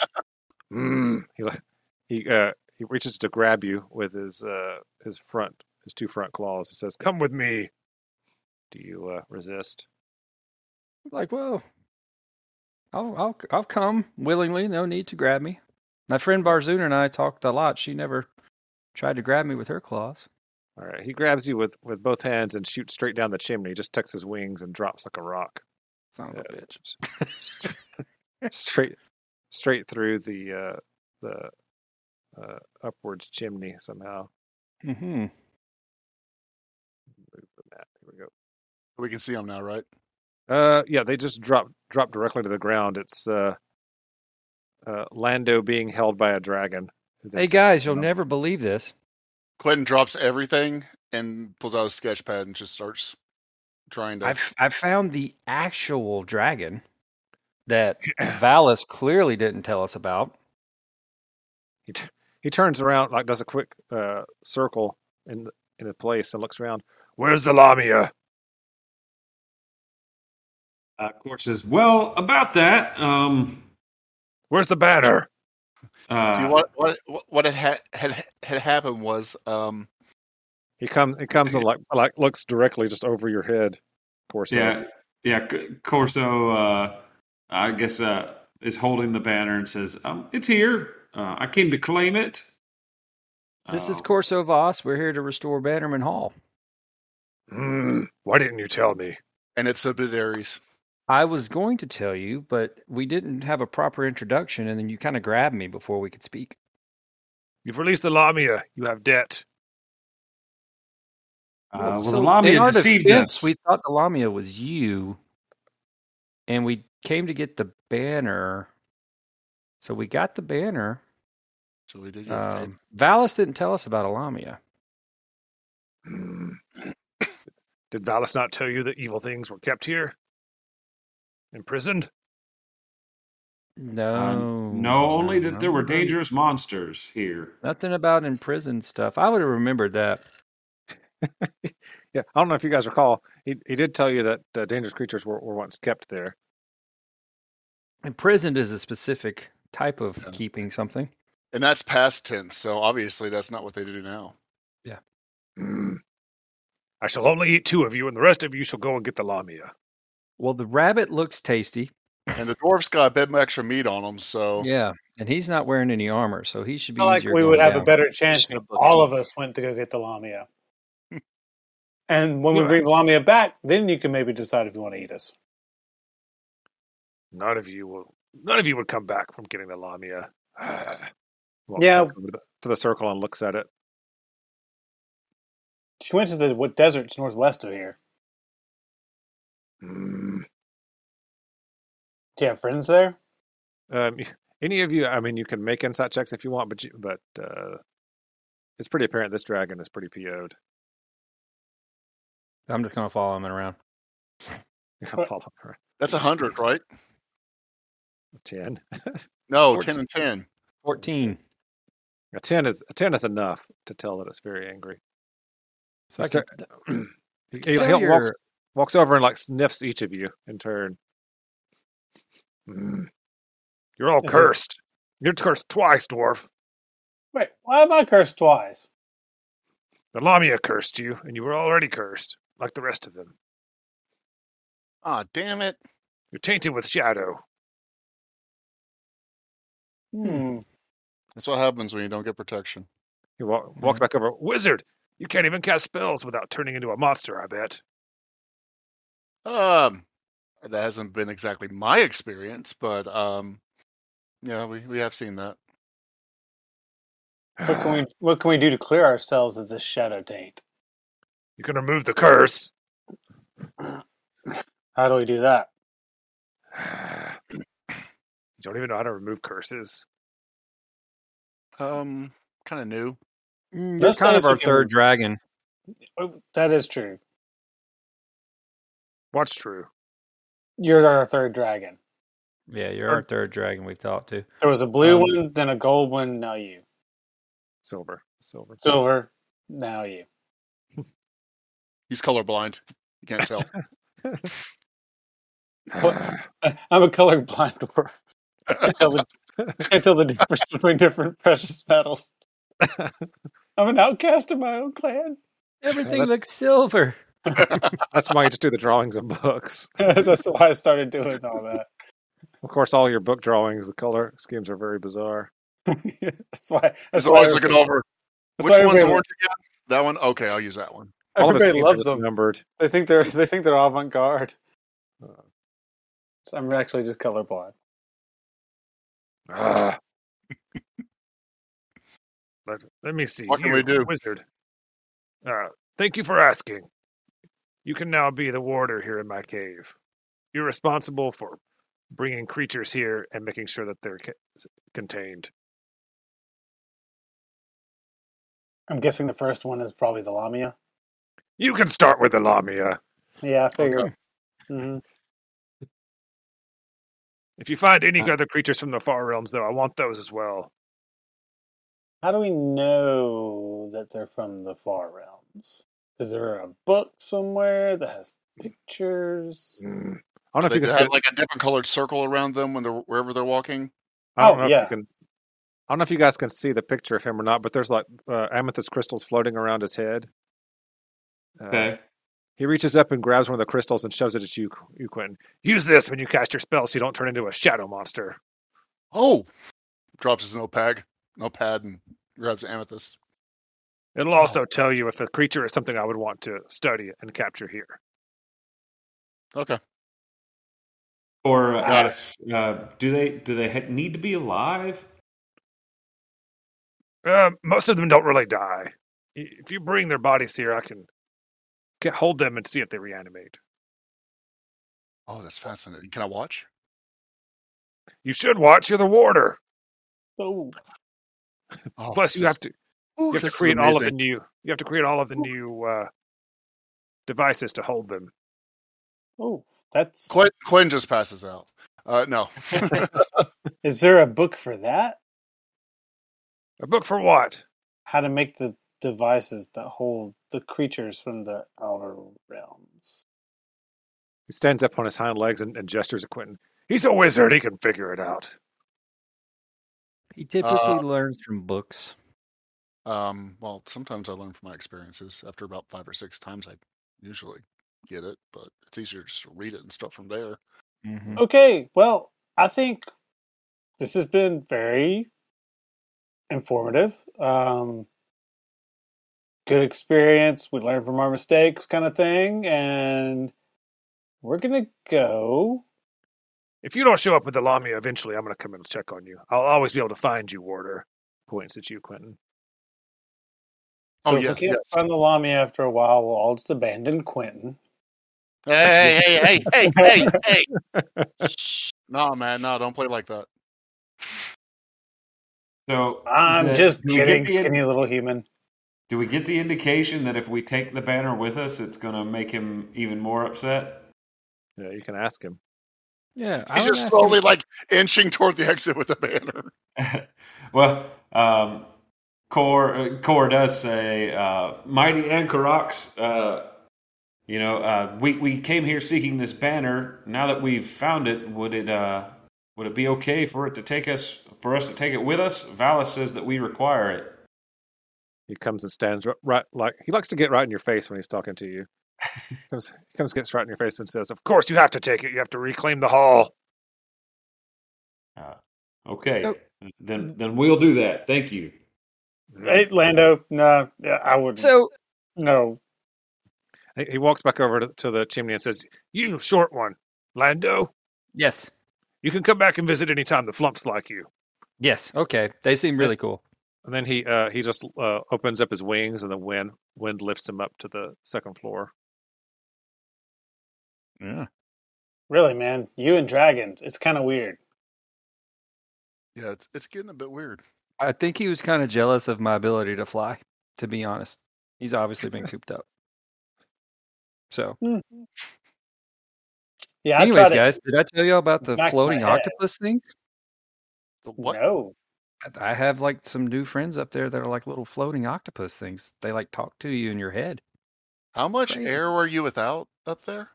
Mm. He li- he uh, he reaches to grab you with his uh, his front his two front claws. He says, "Come with me." Do you uh, resist? like, whoa. I'll, I'll, I'll come willingly. No need to grab me. My friend Barzoon and I talked a lot. She never tried to grab me with her claws. All right. He grabs you with with both hands and shoots straight down the chimney. He just tucks his wings and drops like a rock. Son of Yeah. a bitch. straight straight through the uh the uh upwards chimney somehow hmm move the map here we go We can see them now, right? uh yeah they just drop drop directly to the ground it's uh uh lando being held by a dragon who then Hey, sits guys, you'll down. never believe this. Quentin drops everything and pulls out his sketch pad and just starts trying to. I've, I've found the actual dragon that Valis clearly didn't tell us about. he, t- he turns around like does a quick uh circle in the, in the place and looks around where's the lamia Uh, Cor says, "Well, about that, um, where's the banner uh, See what what what had ha- had had happened was um he comes he comes and like like looks directly just over your head of course yeah, yeah, C- Corso, uh, I guess, uh, is holding the banner and says, um, it's here. Uh, I came to claim it. This is Uh, Corso Voss. We're here to restore Bannerman Hall. "Hmm, why didn't you tell me and its subsidiaries. I was going to tell you, but we didn't have a proper introduction, and then you kind of grabbed me before we could speak. You've released the Lamia. You have debt. Uh, Well, well, Um, so the Lamia in our deceived defense, us. we thought the Lamia was you, and we came to get the banner. So we got the banner. So we did. you a favor. Um, Valis didn't tell us about a Lamia. Did Valis not tell you that evil things were kept here? Imprisoned? No, Uh, no, only that there were no, no. dangerous monsters here. Nothing about imprisoned stuff. I would have remembered that. Yeah, I don't know if you guys recall. He, he did tell you that uh, dangerous creatures were, were once kept there. Imprisoned is a specific type of Yeah. keeping something. and that's past tense. So obviously that's not what they do now. I shall only eat two of you, and the rest of you shall go and get the Lamia. Well, the rabbit looks tasty. And the dwarf's got a bit of extra meat on them, so Yeah, and he's not wearing any armor, so he should be I like easier we going would have a down. better chance if Should've looked all up. of us went to go get the Lamia. And when we Yeah. bring the Lamia back, then you can maybe decide if you want to eat us. None of you will. None of you would come back from getting the Lamia. Walks Yeah. back over to the, to the circle and looks at it. She went to the what, deserts northwest of here. Mm. Do you have friends there? Um, any of you? I mean, you can make insight checks if you want, but you, but uh, it's pretty apparent this dragon is pretty PO'd. I'm just gonna follow him around. Follow her. that's a hundred, right? Ten. No, Fourteen. ten and ten. Fourteen. A ten is a ten is enough to tell that it's very angry. So I Is there- could- He, can he tell he'll- walks you're- walks over and like sniffs each of you in turn. Mm. You're all Is it- cursed. You're cursed twice, dwarf. Wait, why am I cursed twice? The Lamia cursed you, and you were already cursed, like the rest of them. Ah, damn it. You're tainted with shadow. Hmm. That's what happens when you don't get protection. He wa- walks Yeah. back over. Wizard, you can't even cast spells without turning into a monster. I bet. Um that hasn't been exactly my experience, but um yeah, we, we have seen that. What can we what can we do to clear ourselves of this shadow taint? You can remove the curse. How do we do that? you don't even know how to remove curses. Um kinda new. Mm, You're Most kind days of we our can- third dragon. Oh, That is true. What's true? You're our third dragon. Yeah, you're our third dragon we've talked to. There was a blue Oh. Um, one, then a gold one. Now you Silver, silver. silver. Now you. He's colorblind. You can't tell. I'm a colorblind dwarf. Can't tell the- Can't tell the difference between different precious metals. I'm an outcast of my own clan. Everything that- looks silver. That's why you just do the drawings and books. That's why I started doing all that. Of course, all your book drawings, the color schemes are very bizarre. that's why. That's He's why always looking everybody- over. that's Which why one's everybody- orange again? That one? Okay, I'll use that one. All of his Everybody games loves are them. numbered. They think they're they think they're avant garde. Uh. I'm actually just colorblind. Ah. Let, let me see. What can you, we do? Wizard? Uh, thank you for asking. You can now be the warder here in my cave. You're responsible for bringing creatures here and making sure that they're ca- contained. I'm guessing the first one is probably the Lamia. You can start with the Lamia. Yeah, I figured. hmm If you find any Uh. other creatures from the far realms, though, I want those as well. How do we know that they're from the far realms? Is there a book somewhere that has Mm. pictures? I don't know Hmm. They if you can. had Spend, like a different colored circle around them when they're wherever they're walking. I don't Oh, know yeah. if you can. I don't know if you guys can see the picture of him or not, but there's like uh, amethyst crystals floating around his head. Uh, Okay. He reaches up and grabs one of the crystals and shoves it at you, you Quentin. Use this when you cast your spell so you don't turn into a shadow monster. Oh, drops his notepad, notepad, and grabs amethyst. It'll also Oh. tell you if a creature is something I would want to study and capture here. Okay. Or Got it. asks, uh, do they do they ha- need to be alive? Uh, most of them don't really die. I- If you bring their bodies here, I can ca- hold them and see if they reanimate. Oh, that's fascinating. Can I watch? You should watch. You're the warder. Oh, Oh, Plus, this you is- have to ooh, you have to this is create all of the amazing. new you have to create all of the new uh, devices to hold them. oh, that's. Quinn, Quinn just passes out. Uh, no. Is there a book for that? A book for what? How to make the devices that hold the creatures from the outer realms? He stands up on his hind legs and, and gestures at Quentin. He's a wizard. He can figure it out. He Uh, typically learns from books. um, well, sometimes I learn from my experiences. After about five or six times, I usually get it, but it's easier just to read it and stuff from there. Mhm. Okay, well, I think this has been very informative. Um, good experience. We learn from our mistakes, kind of thing. And we're going to go. If you don't show up with the Lamia eventually, I'm going to come and check on you. I'll always be able to find you, Warder. Points at you, Quentin. So Oh, if yes, we can't yes. find the Lami after a while, we'll all just abandon Quentin. Hey, hey, hey, hey, hey, hey, hey. Shh. No, man, no, don't play like that. So I'm the- just do we get kidding, the- skinny little human. Do we get the indication that if we take the banner with us, it's going to make him even more upset? Yeah, you can ask him. Yeah, I He's would just ask him- slowly like inching toward the exit with a banner. well, um, Core uh, Core does say, uh, "Mighty Anchorox, uh, you know, uh, we we came here seeking this banner. Now that we've found it, would it uh, would it be okay for it to take us for us to take it with us?" Valis says that we require it. He comes and stands right, right like he likes to get right in your face when he's talking to you. comes, comes, gets right in your face and says, "Of course you have to take it. You have to reclaim the hall." Uh, okay, then then we'll do that. Thank you. Hey, Lando, no, yeah, I wouldn't. So no. He, he walks back over to, to the chimney and says, "You short one, Lando. yes, You can come back and visit anytime. The flumps like you." yes, okay. They seem really cool. And then he uh, he just uh, opens up his wings, and the wind wind lifts him up to the second floor. Yeah. Really, man, you and dragons, it's kind of weird. Yeah, it's, it's getting a bit weird. I think he was kind of jealous of my ability to fly. To be honest, he's obviously been cooped up. So Hmm. Yeah, I Anyways, tried it- guys, did I tell y'all about the Knocked my floating head. octopus things? The what? No. I- I have like some new friends up there that are like little floating octopus things. They like talk to you in your head. How much Crazy. air were you without up there?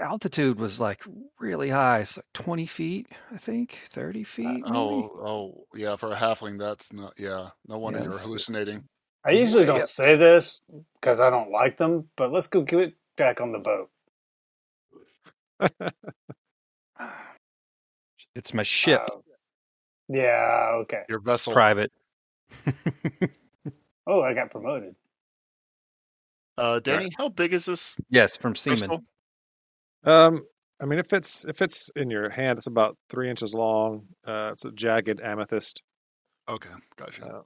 Altitude was like really high, it's like 20 feet, I think, 30 feet. maybe? Uh, Oh, oh, yeah. For a halfling, that's not. Yeah, no wonder Yeah, you're it's- hallucinating. I usually Yeah, don't yeah. say this because I don't like them, but let's go get it back on the boat. It's my ship, Uh, yeah, okay. Your vessel. private. Oh, I got promoted. Uh, Danny, how big is this yes, from Seaman. crystal? Um, I mean, if it's if it's in your hand, it's about three inches long. Uh, it's a jagged amethyst. Okay, gotcha. Uh,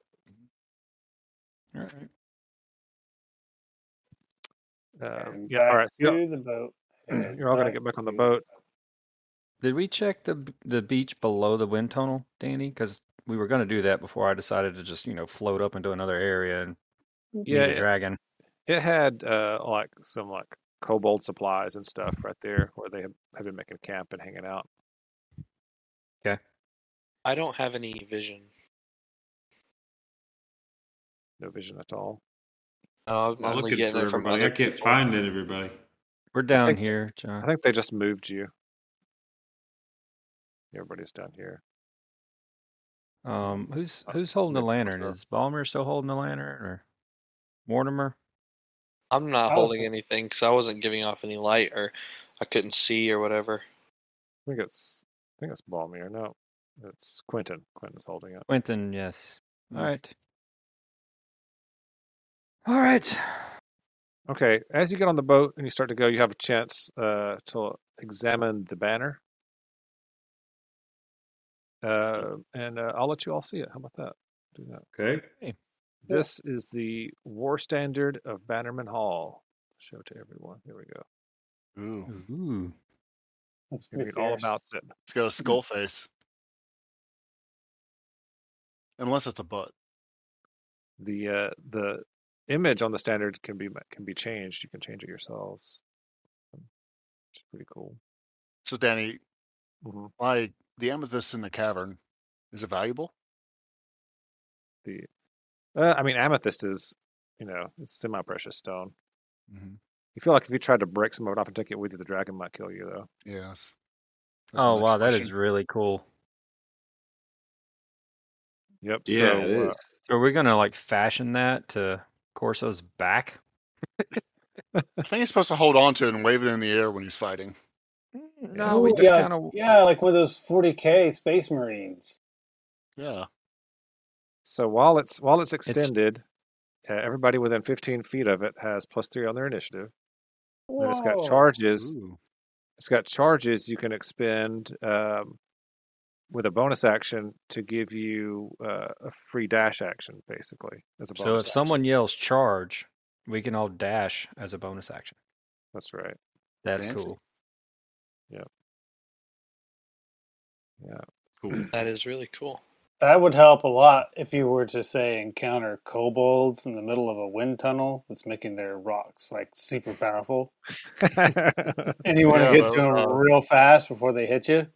All right. Uh, And yeah. All back right. So to the boat. and you're all gonna back get back on the to- boat. Did we check the b- the beach below the wind tunnel, Danny? Because we were going to do that before I decided to just you know float up into another area and Yeah. meet a It, dragon. it had uh like some like kobold supplies and stuff right there where they have, have been making camp and hanging out. I don't have any vision. No vision at all. No, I'm I'm only looking getting for it from everybody. other I can't people. find it, everybody. We're down think- here, I John. think they just moved you. Everybody's down here. Um, who's who's holding maybe the it was lantern? a- Is Balmer still holding the lantern, or Mortimer? I'm not I was- holding anything because I wasn't giving off any light or I couldn't see or whatever. I think it's I think it's Balmier. No, it's Quentin. Quentin's holding it. Quentin, yes. All Hmm. Mm. right. All right. Okay, as you get on the boat and you start to go, you have a chance uh, to examine the banner. Uh, and uh, I'll let you all see it. How about that? Do that. Okay. Yeah. This is the war standard of Bannerman Hall. Show to everyone. Here we go. Ooh, hmm. Ooh. Let's You be read all fierce. about it. it's Hmm. got a skull face. Unless it's a butt. The uh, the image on the standard can be ma- can be changed. You can change it yourselves. It's pretty cool. So, Danny, Mm-hmm. Mhm. like the amethyst in the cavern, is it valuable? The uh, I mean, amethyst is you know it's semi precious stone. Mm-hmm. You feel like if you tried to break some of it off and take it with you, the dragon might kill you though. Yes. That's my Oh next wow, that is question. really cool. Yep. Yeah, so it uh, is. So are we gonna like fashion that to Corso's back? I think he's supposed to hold on to it and wave it in the air when he's fighting. Mm, Yeah, No, we Ooh, just yeah, kind of yeah, like one of those 40k Space Marines. Yeah. so while it's while it's extended, uh, everybody within 15 feet of it has plus three on their initiative. Then it's got Whoa. charges. Ooh. It's got charges you can expend um, with a bonus action to give you uh, a free dash action, basically as a bonus. so if action. someone yells charge, we can all dash as a bonus action. that's right. That's Fancy. cool. Cool. That is really cool. That would help a lot if you were to say encounter kobolds in the middle of a wind tunnel that's making their rocks like super powerful, and you want Yeah, to get well, to them uh, real fast before they hit you.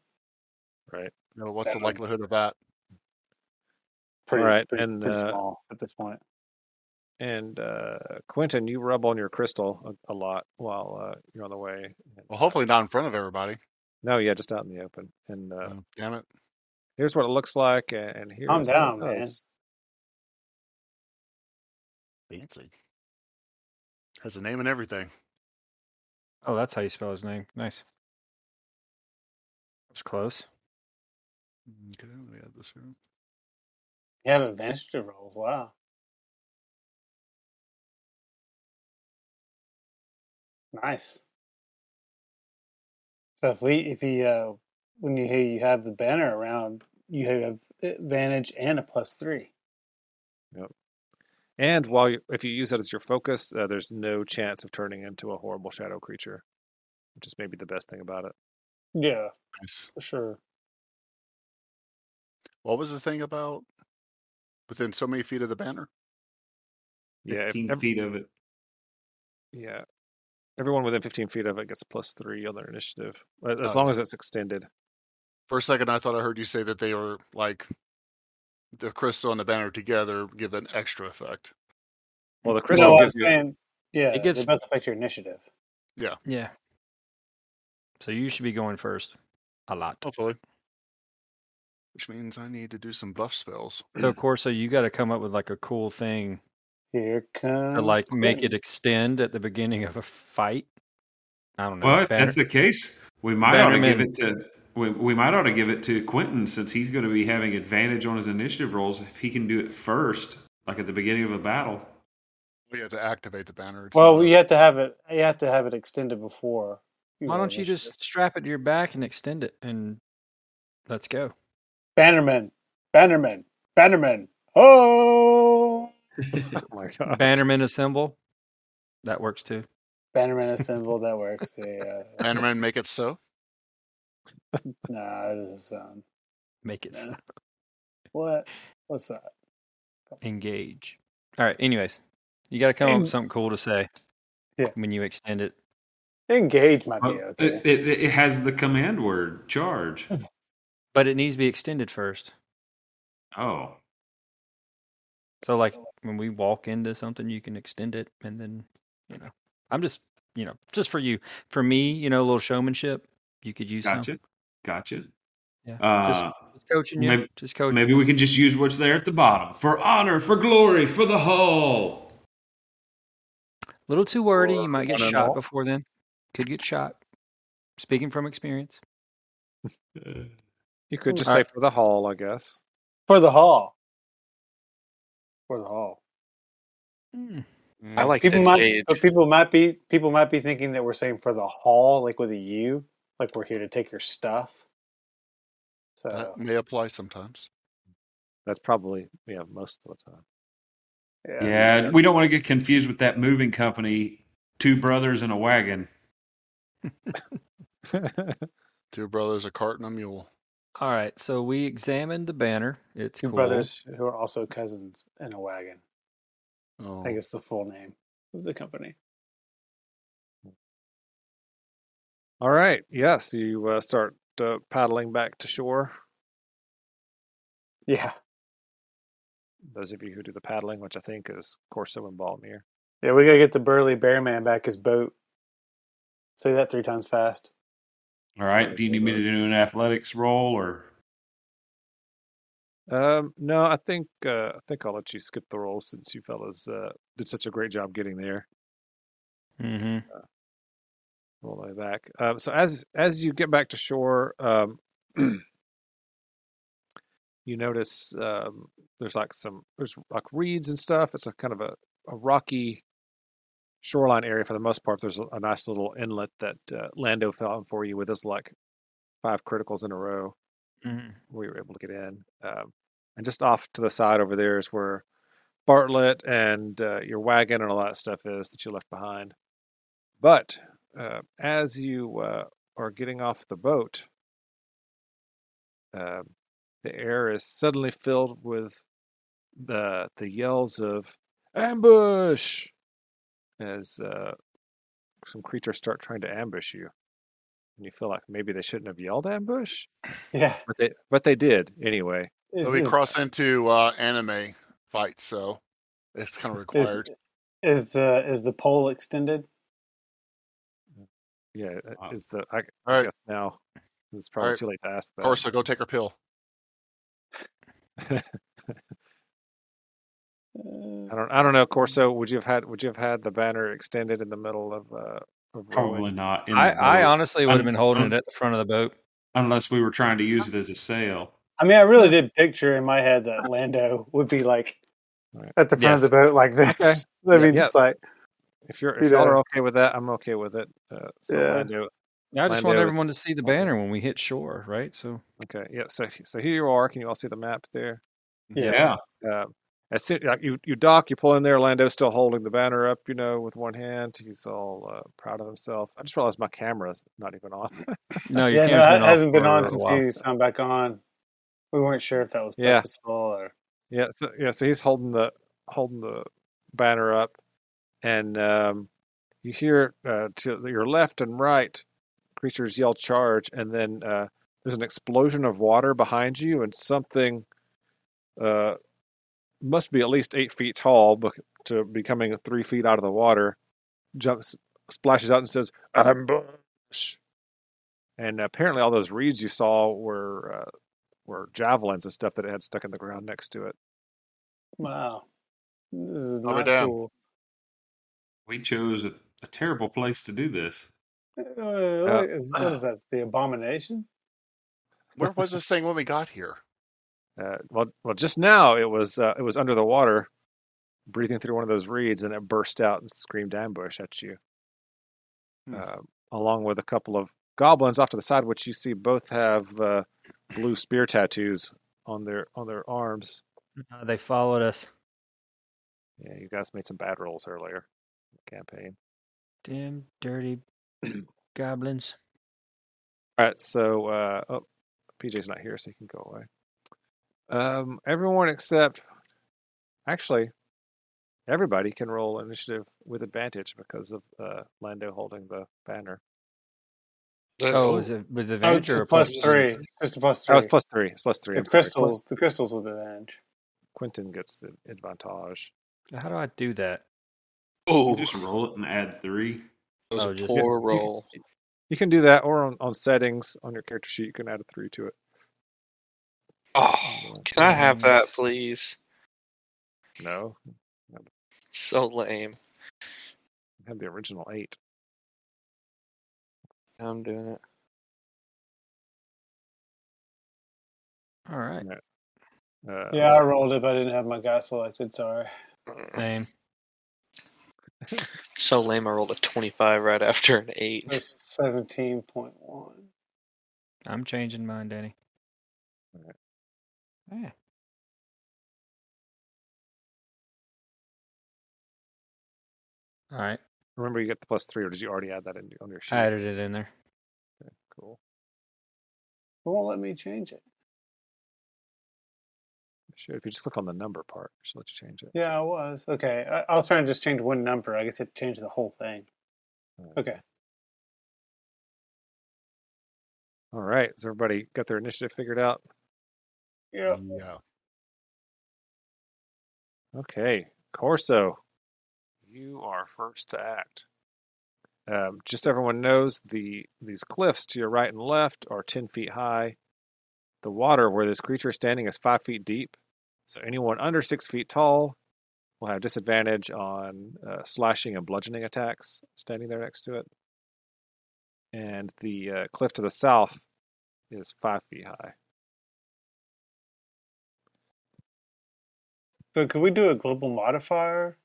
right. You know, what's the That would- likelihood of that? Pretty, All right, pretty, and, pretty uh, small at this point. And uh, Quentin, you rub on your crystal a, a lot while uh, you're on the way. And, uh, Well, hopefully not in front of everybody. no, yeah, just out in the open. And Mm. uh, Oh, damn it. here's what it looks like, and, and here's Calm what down, it man. does. Fancy. Has a name and everything. Oh, that's how you spell his name. Nice. That's close. Mm, Okay, let me add this here. You have advantage to rolls. Wow, nice. So if we, if you, uh, when you hear you have the banner around, you have advantage and a plus three. And while you, if you use it as your focus, uh, there's no chance of turning into a horrible shadow creature, which is maybe the best thing about it. Yeah, Nice. for sure. What was the thing about within so many feet of the banner? Yeah, if 15 ev- feet of it. yeah. Everyone within 15 feet of it gets plus three on their initiative, as as Oh, long as it's extended. For a second, I thought I heard you say that they were like the crystal and the banner together give an extra effect. Well, the no, crystal I was gives you. saying, yeah, It it, gets- does affect your initiative. Yeah. So you should be going first a lot. Hopefully. Which means I need to do some buff spells. So Corso, you got to come up with like a cool thing Here comes. to like make it Quentin. extend at the beginning of a fight. I don't know. Well, if Banner- that's the case, we might ought to give Bannerman. it to we, we might ought to give it to Quentin since he's going to be having advantage on his initiative rolls if he can do it first, like at the beginning of a battle. We have to activate the banner. It's Well, not a- you have to have it. You have to have it extended before. Why roll don't you initiative. just strap it to your back and extend it and let's go? Bannerman, Bannerman, Bannerman? Oh, Oh my god. Bannerman assemble. That works too. Bannerman assemble. That works. Yeah, Bannerman, make it so. nah, that doesn't sound. Make it s- Nah. What? What's that? engage. All right. Anyways, you got to come up En- with something cool to say Yeah. when you extend it. Engage might be Uh, okay. it, it, it has the command word charge. But it needs to be extended first. Oh, So like when we walk into something, you can extend it, and then you know, I'm just you know, just for you, for me, you know, a little showmanship. You could use gotcha, some. gotcha. Yeah. just, Uh, just coaching you. maybe- just coaching. maybe we can just use what's there at the bottom for honor, for glory, for the whole. A little too wordy. Or You might get one and shot all. before then. Could get shot. Speaking from experience. Uh, You could just All say right. for the hall, I guess. For the hall. For the hall. Hmm. Mm. I like People that might, cage. but people might be people might be thinking that we're saying for the hall, like with a U, like we're here to take your stuff. So Uh, That may apply sometimes. That's probably yeah most of the time. yeah, yeah, we don't want to get confused with that moving company, two brothers in a wagon. Two brothers, a cart, and a mule. All right. So we examined the banner. It's two cool. brothers who are also cousins in a wagon. Oh, I think it's the full name of the company. All right. Yes, you uh, start uh, paddling back to shore. Yeah, Those of you who do the paddling, which I think is Corso and Balmir. yeah, we gotta get the burly bear man back his boat. Say that three times fast. All right, do you need me to do an athletics roll or? Um, no, I think uh, I think I'll let you skip the roll since you fellas uh, did such a great job getting there Mm-hmm. all the way back. Um, so as as you get back to shore, um, you notice um, there's like some there's like reeds and stuff. It's a kind of a, a rocky shoreline area for the most part. There's a, a nice little inlet that uh, Lando found for you with his like five criticals in a row. Mm-hmm. we were able to get in. Um, and just off to the side over there is where Bartlett and uh, your wagon and all that stuff is that you left behind. But uh, as you uh, are getting off the boat, uh, the air is suddenly filled with the the yells of ambush as uh, some creatures start trying to ambush you, and you feel like maybe they shouldn't have yelled ambush, Yeah, but they but they did anyway. is, But we is- cross into uh, anime fights, so it's kind of is, required. is the is the pole extended? Yeah, uh, Wow. is the I, I All right. guess now it's probably right. too late to ask that. Corso, go take her pill. Uh, I don't I don't know, Corso. Would you have had Would you have had the banner extended in the middle of uh of Probably rowing? not. in the I, I boat, honestly would have I'm- been holding I'm- it at the front of the boat. unless we were trying to use it as a sail. I mean, I really did picture in my head that Lando would be like Right. at the front of the boat like this. I Yeah, mean, yeah. just like If you're You if y'all are know. okay with that, I'm okay with it. Uh, so Yeah. Lando, I just Lando want is- everyone to see the banner when we hit shore, right? So okay, yeah. So so here you are. Can you all see the map there? Yeah. Yeah. Um, as soon, like you you dock, you pull in there. Lando's still holding the banner up, you know, with one hand. He's all uh, proud of himself. I just realized my camera's not even on. no, your yeah, no, camera's it been off hasn't been for on a since while. you signed back on. We weren't sure if that was Yeah. purposeful or Yeah, so yeah, so he's holding the holding the banner up, and um, You hear uh, to your left and right, creatures yell charge, and then uh, there's an explosion of water behind you, and something uh, must be at least eight feet tall bec- to becoming three feet out of the water, jumps, splashes out, and says, "Ambush!" And apparently, all those reeds you saw were uh, were javelins and stuff that it had stuck in the ground next to it. Wow. This is I'll be not damned. cool. We chose a, a terrible place to do this. Uh, what is what is that? The abomination? Where was this thing when we got here? Uh, well, well, just now it was uh, it was under the water, breathing through one of those reeds, and it burst out and screamed ambush at you, Hmm. uh, along with a couple of goblins off to the side, which you see both have uh, blue spear tattoos on their on their arms. Uh, they followed us. Yeah, you guys made some bad rolls earlier in the campaign. Damn dirty goblins. All right, so uh, oh, PJ's not here, so he can go away. Um, everyone except actually everybody can roll initiative with advantage because of uh, Lando holding the banner. Oh, is it with Oh, advantage it's or a a plus plus plus two? three. It's just a plus Oh, it's three. plus three. It's plus three. The I'm sorry. Plus, crystals, the crystals with advantage. Quentin gets the advantage. How do I do that? You Oh, just roll it and add three. that was Oh, a just- poor You can, roll. you can do that, or on, on settings on your character sheet, you can add a three to it. Oh, Like, can I have Um, that, please? No, It's so lame. I had the original eight. I'm doing it. All right. No, Uh, Yeah, I rolled it, but I didn't have my guy selected. Sorry. Same. Mm. So lame. I rolled a 25 right after an 8. That's seventeen point one. I'm changing mine, Danny. All right. Yeah. All right. remember, you get the plus three, or did you already add that in, on your sheet? I added it in there. Cool. It won't let me change it. Sure. If you just click on the number part, it should let you change it. Yeah, I was. Okay, I, I'll try and just change one number. I guess it changed the whole thing. Uh, Okay. All right. Has everybody got their initiative figured out? Yeah. Mm. Yeah. Okay. Corso, you are first to act. Um, just so everyone knows, the these cliffs to your right and left are ten feet high. The water where this creature is standing is five feet deep, so anyone under six feet tall will have disadvantage on uh, slashing and bludgeoning attacks standing there next to it. And the uh, cliff to the south is five feet high. So could we do a global modifier?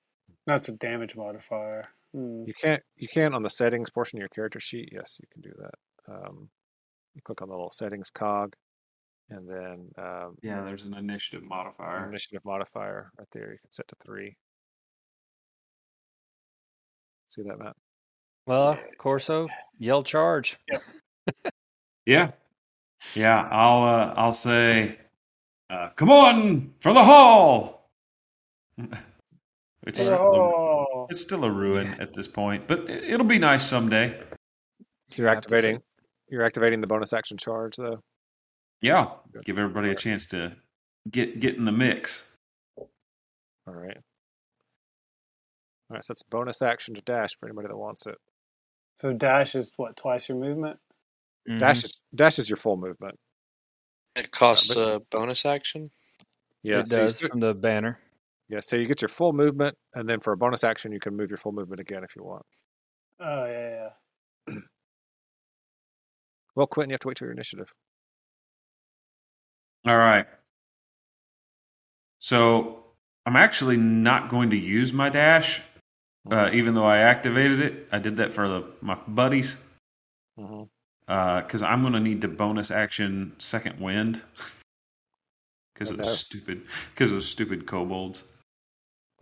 No, it's a damage modifier. Hmm. You can't you can on the settings portion of your character sheet. Yes, you can do that. Um, you click on the little settings cog, and then um, Yeah, there's an initiative your modifier. initiative modifier right there. You can set to three. See that, Matt? Well, Corso, yell charge. Yep. Yeah, yeah. I'll uh, I'll say, uh, come on for the hall. It's For the still a, whole- it's still a Yeah. ruin at this point, but it, it'll be nice someday. So you're You have to say activating you're activating the bonus action charge though. Yeah, Good. give everybody All a right. chance to get get in the mix. All right. All right. So it's bonus action to dash for anybody that wants it. So dash is what twice your movement. Mhm. Dash is dash is your full movement. It Uh, costs but a bonus action. yeah. It So you does still, from the banner. yeah. So you get your full movement, and then for a bonus action, you can move your full movement again if you want. Oh yeah, yeah. Well, Quentin, you have to wait till your initiative. All right. So I'm actually not going to use my dash, uh, even though I activated it. I did that for the, my buddies hmm because I'm going to need to bonus action second wind because Oh, of no. stupid because of stupid kobolds.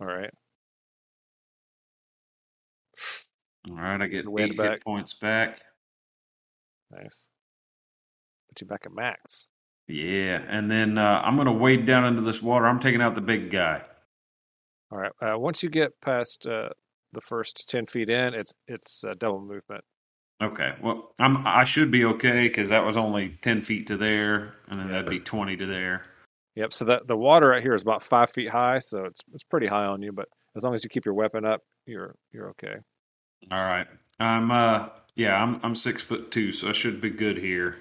All right. All right, I get Good wind eight back. hit points back. Nice. Put you back at max. Yeah, and then uh, I'm going to wade down into this water. I'm taking out the big guy. All right. Uh, once you get past uh, the first ten feet in, it's it's uh, double movement. Okay. Well, I'm I should be okay because that was only ten feet to there, and then that'd be twenty to there. Yep. So that the water right here is about five feet high, so it's it's pretty high on you. But as long as you keep your weapon up, you're you're okay. All right. I'm uh yeah, I'm I'm six foot two, so I should be good here.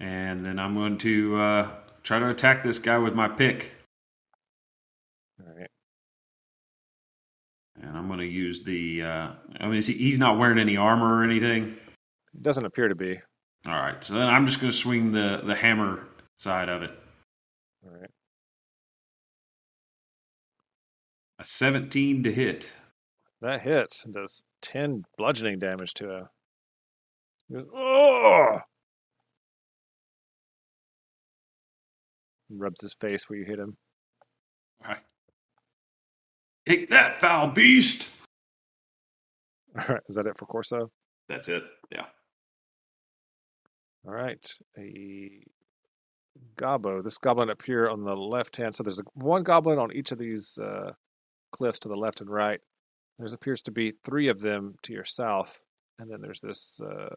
And then I'm going to uh try to attack this guy with my pick. All right. And I'm gonna use the uh I mean is he, he's not wearing any armor or anything. It doesn't appear to be. All right, so then I'm just gonna swing the the hammer side of it. All right. A seventeen to hit. That hits and does 10 bludgeoning damage to him. He goes, oh! Rubs his face where you hit him. All right. Take that foul beast. All right, is that it for Corso? That's it. Yeah. All right, a gobbo. This goblin up here on the left hand. So there's a, one goblin on each of these uh, cliffs to the left and right. There appears to be three of them to your south, and then there's this uh,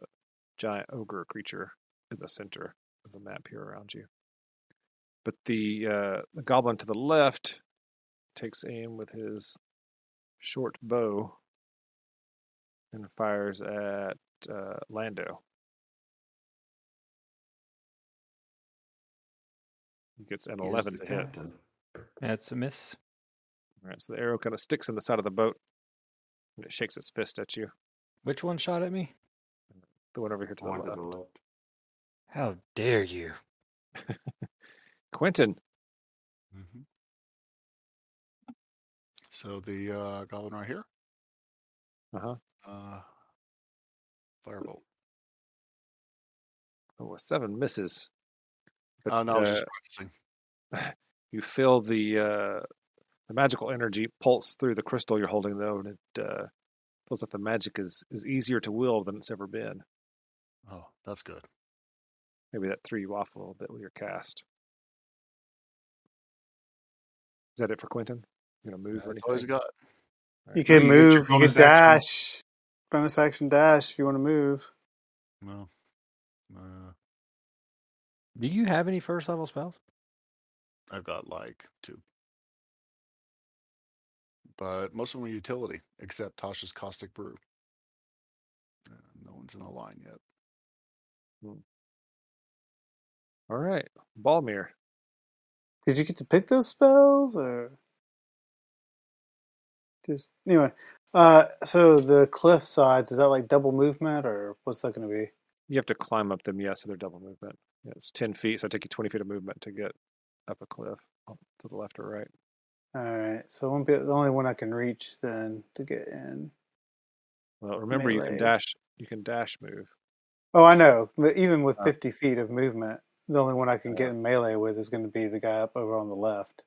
giant ogre creature in the center of the map here around you. But the uh, the goblin to the left takes aim with his short bow and fires at uh, Lando. He gets an 11 to hit. That's a miss. All right, so the arrow kind of sticks in the side of the boat and it shakes its fist at you. Which one shot at me? The one over here to the One left. to the left. How dare you? Quentin, Mhm. So the uh, goblin right here. Uh-huh. Uh, firebolt. oh, a seven misses. But, Oh no, I was just uh, practicing. you feel the uh, the magical energy pulse through the crystal you're holding, though, and it uh, feels like the magic is is easier to wield than it's ever been. Oh, that's good. Maybe that threw you off a little bit with your cast. Is that it for Quentin? You gonna move or That's anything? always got. You can you get your move. You can bonus dash. Bonus action dash if you want to move. Well, uh, Do you have any first level spells? I've got like two, but most of them are utility, except Tasha's Caustic Brew. Uh, no one's in the line yet. All right, Balmir. Did you get to pick those spells or just anyway? Uh, so the cliff sides is that like double movement or what's that going to be? You have to climb up them, yes, so they're double movement. Yeah, it's ten feet, so I take you twenty feet of movement to get up a cliff up to the left or right. All right, so it won't be the only one I can reach then to get in. Well, remember you can Melee. dash. You can dash move. Oh, I know. But even with Oh. 50 feet of movement, the only one I can get Yeah. in melee with is going to be the guy up over on the left.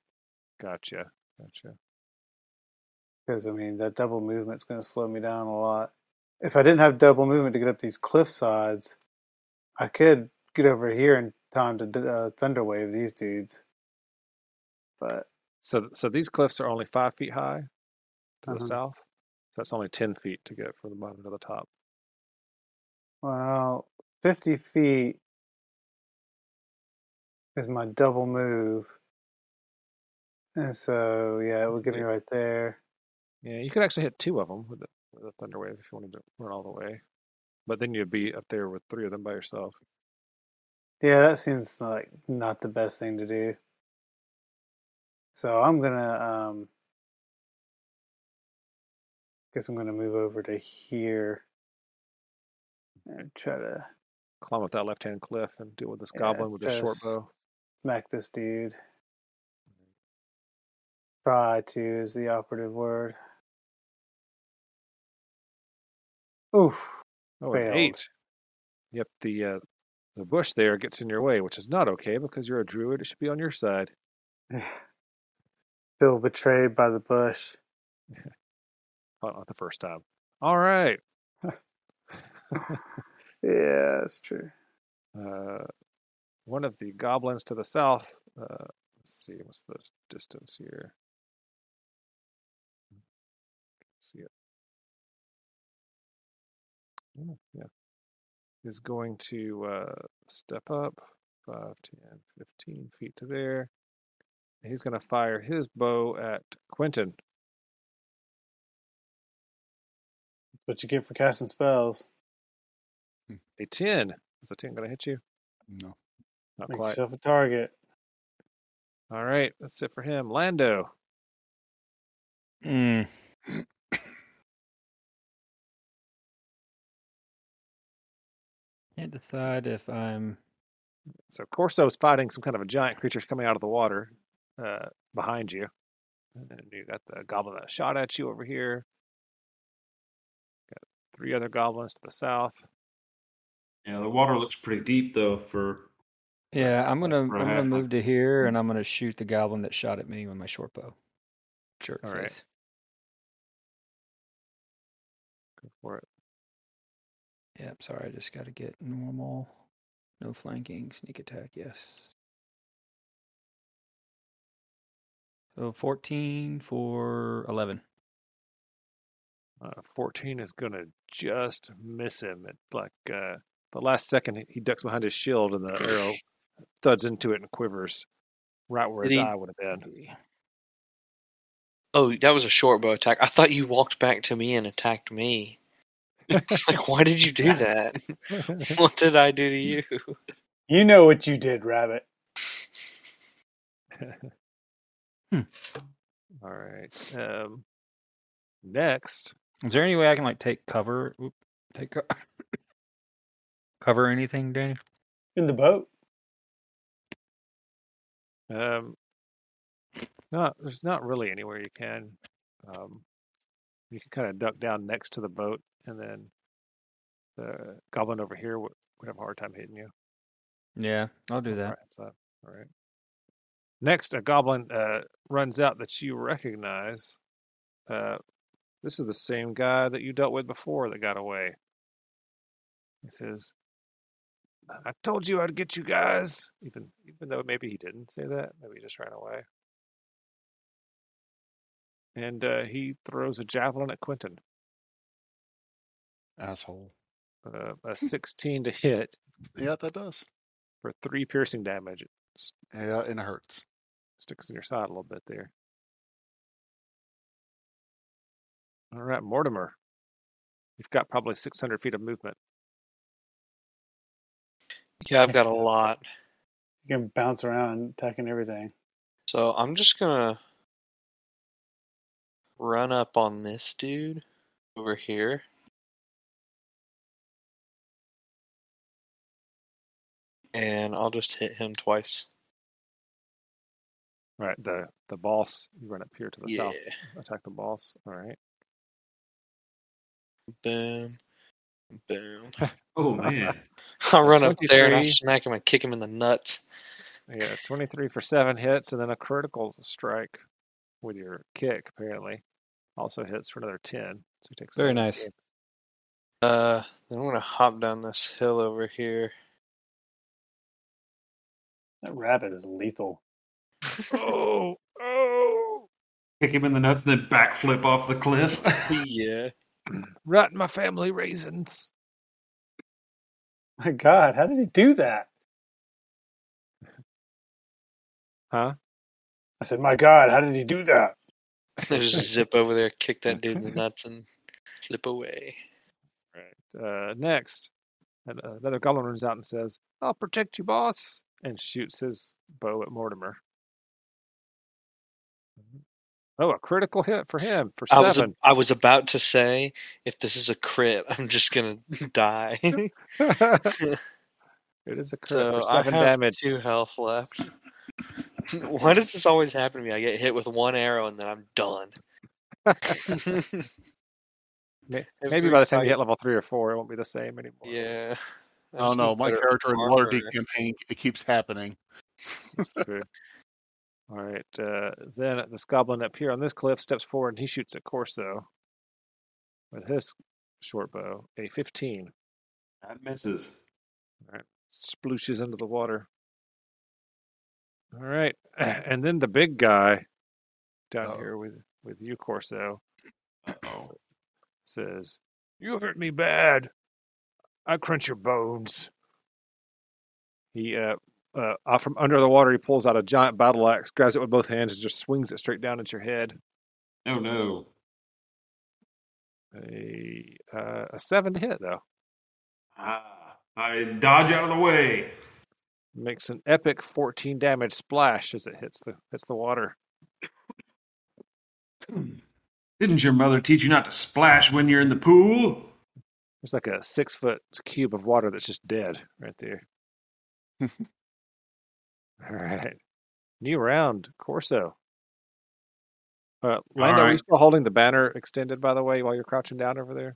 Gotcha. Gotcha. Because, I mean, that double movement's going to slow me down a lot. If I didn't have double movement to get up these cliff sides, I could get over here in time to d- uh, Thunderwave these dudes. But, So, th- so these cliffs are only five feet high to Uh-huh. the south. So that's only ten feet to get from the bottom to the top. well, 50 feet is my double move. And so, yeah, it would get me right there. Yeah, you could actually hit two of them with the, with the thunder wave if you wanted to run all the way. But then you'd be up there with three of them by yourself. Yeah, that seems like not the best thing to do. So I'm gonna um guess I'm gonna move over to here and try to Climb up that left-hand cliff and deal with this Yeah, goblin with his short just- bow. smack this dude. Try to is the operative word. Oof. Oh, an failed. eight. Yep, the uh, the bush there gets in your way, which is not okay because you're a druid. It should be on your side. Feel betrayed by the bush. Well, uh, not the first time. All right. Yeah, that's true. uh, one of the goblins to the south. Uh, let's see, what's the distance here? see it. Oh, yeah. Is going to uh, step up 5, 10, 15 feet to there. And he's going to fire his bow at Quentin. What you get for casting spells? A 10. Is a 10 going to hit you? No. Not Make quite. yourself a target. All right. That's it for him. Lando. Mm. Can't decide if I'm. So Corso is fighting some kind of a giant creature coming out of the water uh, behind you. And you got the goblin that shot at you over here. Got three other goblins to the south. Yeah, the water looks pretty deep though. For Yeah, I'm gonna I'm Run gonna half a- move to here, and I'm gonna shoot the goblin that shot at me with my short bow. Jerk All face. right. Go for it. Yep, sorry, I just gotta get normal. No flanking, sneak attack, yes. So 14 for 11. Uh, 14 is going to just miss him. At like uh, the last second, he- he ducks behind his shield and the arrow thuds into it and quivers right where Did his he- eye would have been. Okay. Oh, that was a short bow attack. I thought you walked back to me and attacked me. It's like, why did you do that? what did I do to you? You know what you did, Rabbit. All right. Um, next, Is there any way I can like take cover? Oop, take co- cover or anything, Danny? In the boat. um, not there's not really anywhere you can. Um, you can kind of duck down next to the boat, and then the goblin over here would, would have a hard time hitting you. Yeah, I'll do that. Right, so, all right. Next, a goblin uh, runs out that you recognize. Uh, this is the same guy that you dealt with before that got away. He says, "I told you I'd get you guys," even even though maybe he didn't say that. Maybe he just ran away. And uh, he throws a javelin at Quentin. Asshole. Uh, Hmm. a 16 to hit Yeah, that does. for three piercing damage. It Yeah, and it hurts. sticks in your side a little bit there. All right, Mortimer. You've got probably 600 feet of movement. Yeah, I've got a lot. You can bounce around, attacking everything. So I'm just gonna run up on this dude over here. And I'll just hit him twice. Right, the the boss. You run up here to the yeah. south, attack the boss. All right. Boom. Boom. oh man, I run up there and I 23. smack him and kick him in the nuts. Yeah, 23 for seven hits, and then a critical strike with your kick, apparently. Also hits for another 10. So he takes Very 17. nice. Uh, then I'm gonna hop down this hill over here. That rabbit is lethal. Oh, oh. kick him in the nuts and then backflip off the cliff. yeah. Rot my family raisins. My God, how did he do that? Huh? I said, My God, how did he do that? I just zip over there, kick that dude in the nuts, and flip away. Right. Uh, next, an- another goblin runs out and says, I'll protect you, boss, and shoots his bow at Mortimer. Oh, a critical hit for him for I seven. was a, I was about to say if this is a crit, I'm just gonna die. it is a crit so for I seven have damage. two health left. Why does this always happen to me? I get hit with one arrow and then I'm done. May- Maybe Every by the time fight- you Oh, hit level three or four, it won't be the same anymore. yeah. I I don't just know. need Oh, My better character in armor. Waterdeep campaign, it keeps happening. True. All right. Uh, then this goblin up here on this cliff steps forward and he shoots at Corso with his short bow, a 15. that misses. Splooshes into the water. All right. And then the big guy down Uh-oh. here with, with you, Corso, Uh-oh. says, You hurt me bad. I crunch your bones. He, uh, uh, out from under the water, he pulls out a giant battle axe, grabs it with both hands, and just swings it straight down at your head. Oh no. A, uh, a seven to hit, though. Ah, I dodge out of the way. Makes an epic 14 damage splash as it hits the hits the water. Didn't your mother teach you not to splash when you're in the pool? There's like a six foot cube of water that's just dead right there. All right. New round, Corso. Uh, Lando, are you right. still holding the banner extended, by the way, while you're crouching down over there?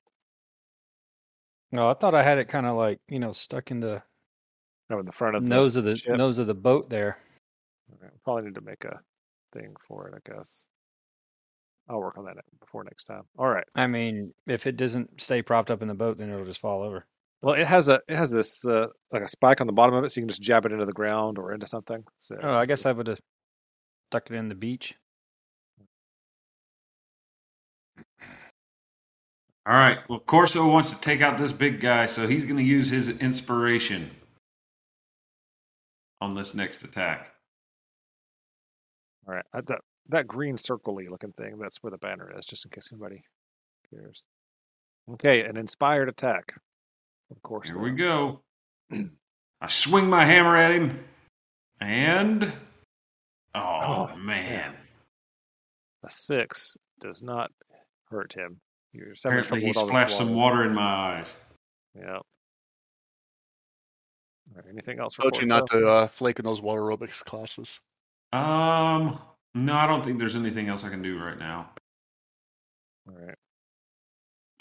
No, Oh, I thought I had it kind of like you know stuck in the No, in the front of the nose of the ship. nose of the boat there. Okay, we probably need to make a thing for it, I guess. I'll work on that before next time. All right. I mean, if it doesn't stay propped up in the boat, then it'll just fall over. Well, it has a it has this uh, like a spike on the bottom of it, so you can just jab it into the ground or into something. So Oh, I guess I would have stuck it in the beach. All right. Well, Corso wants to take out this big guy, so he's going to use his inspiration on this next attack. All right. Uh, That that green circly looking thing, that's where the banner is, just in case anybody cares. Okay, an inspired attack. Of course. Here we go. I swing my hammer at him, and oh, Oh, man, A six does not hurt him. You're just having trouble apparently he with all this splashed some water. water in my eyes. Yeah. All right, anything else for Told you not Corso? to uh, flake in those water aerobics classes. Um, no, I don't think there's anything else I can do right now. All right.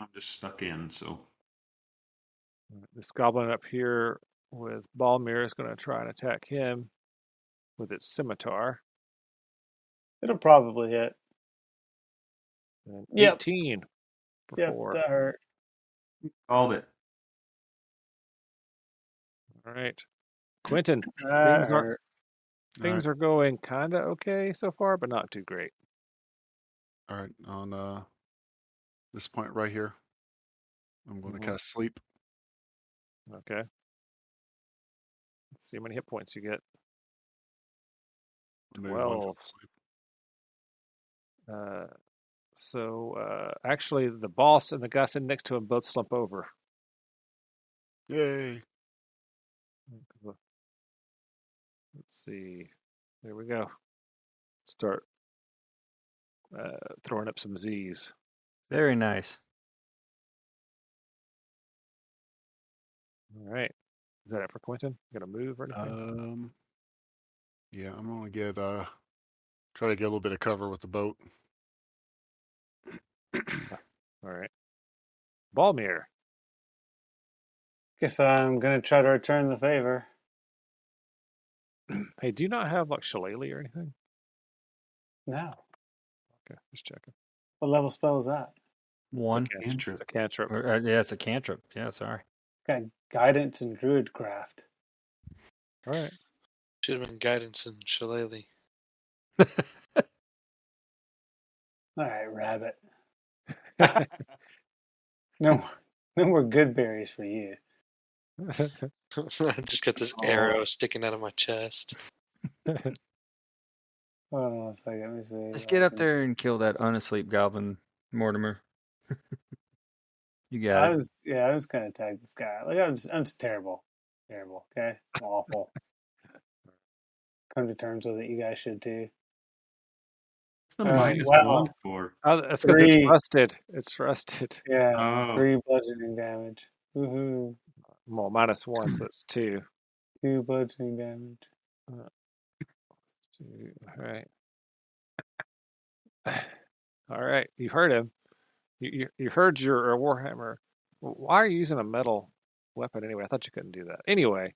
I'm just stuck in, so This goblin up here with Balmir is going to try and attack him with its scimitar. It'll probably hit. And Yep. 18 for Yep, four. that hurt. called it. All right. Quentin, That Things aren't- hurt. things are going kind of okay so far, but not too great. All right, on uh, this point right here, I'm going to Mhm. cast sleep. Okay. Let's see how many hit points you get. Remove one from Twelve. sleep. Uh, so uh, actually, the boss and the guy sitting next to him both slump over. Yay! Let's see. There we go. Start uh, throwing up some Z's. Very nice. All right. Is that it for Quentin? You got to move or anything? Um, yeah, I'm going to get uh, try to get a little bit of cover with the boat. Uh, All right. Balmir. Guess I'm gonna try to return the favor. Hey, do you not have like Shillelagh or anything? No. Okay, just checking. What level spell is that? One. It's a, cantrip. Andrew. It's a cantrip. Or, uh, yeah, it's a cantrip. Yeah, sorry. Got guidance and druid craft. All right. Should have been guidance and shillelagh. All right, rabbit. No, more- no more good berries for you. I just got this Oh. arrow sticking out of my chest. Hold on a second. Let me see. Let's if I get up can- there and kill that unasleep goblin, Mortimer. you I got it. was yeah, I was gonna attack this guy. Like I'm just I'm just terrible. Terrible. Okay? I'm awful. Come to terms with it, you guys should too. Uh, What's the All right, minus wow. one for? Oh, that's because it's Three. rusted. It's rusted. Yeah. Oh, Three bludgeoning damage. Woohoo. Well, minus one, so it's two. Two bludgeoning damage. Two. All right. All right. You heard him. You you, you heard your uh, warhammer. W- Why are you using a metal weapon anyway? I thought you couldn't do that. Anyway,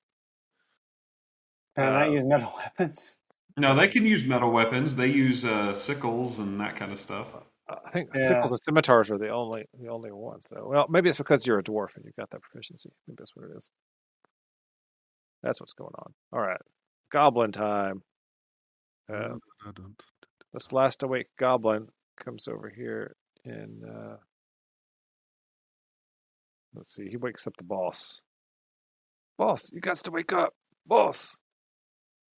Can I Uh, not use metal weapons? no, they can use metal weapons. They use uh, sickles and that kind of stuff. uh, I think Yeah. sickles and scimitars are the only the only ones. So, well, maybe it's because you're a dwarf and you got that proficiency. Maybe that's what it is. That's what's going on. All right. Goblin time. Uh, Dun, dun, dun. this last awake goblin comes over here and uh, Let's see. He wakes up the boss. Boss, you got to wake up. Boss.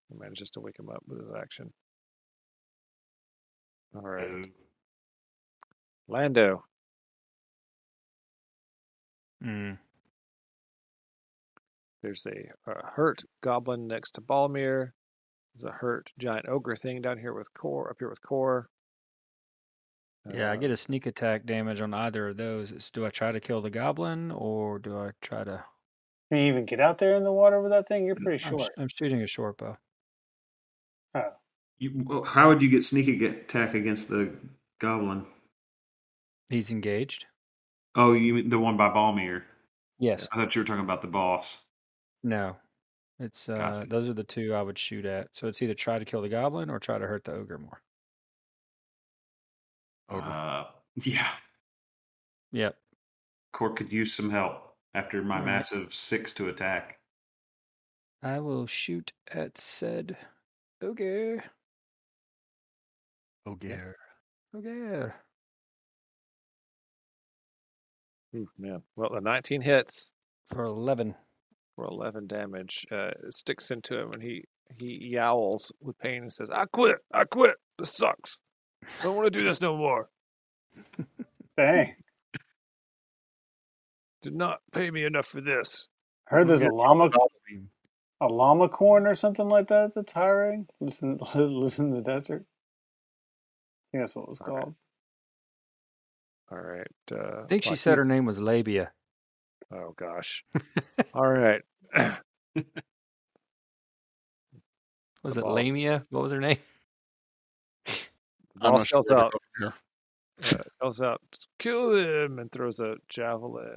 He manages to wake him up with his action. All right. Lando. Mm. There's a, a hurt goblin next to Balmir. There's a hurt giant ogre thing down here with core up here with core. Uh, Yeah, I get a sneak attack damage on either of those. It's, do I try to kill the goblin or do I try to? Can you even get out there in the water with that thing? You're pretty I'm, sh- short. I'm shooting a short bow. You, well, how would you get sneak ag- attack against the goblin? He's engaged. Oh, you mean the one by Balmier? Yes. I thought you were talking about the boss. No. It's uh, Gotcha. those are the two I would shoot at. So it's either try to kill the goblin or try to hurt the ogre more. Oh, Ogre. Uh, yeah, Yep. Court could use some help after my Mm-hmm. All right. massive six to attack. I will shoot at said ogre. Ogre. Ogre. Hmm, man. Well, the 19 hits For eleven. for 11 damage. Uh, it sticks into him and he he yowls with pain and says, "I quit! I quit! This sucks! I don't want to do this no more. Dang. Did not pay me enough for this." I heard there's a llama Goblin. a llama corn or something like that that's hiring. Listen listen to the desert. I think that's what it was All right. called. All right. Uh, I think she Black said her Keith- name was Labia. Oh gosh. All right. Was The it boss. Lamia? What was her name? I'm Boss not sure yells where to out. go from here. uh, yells out, "Kill them!" and throws a javelin.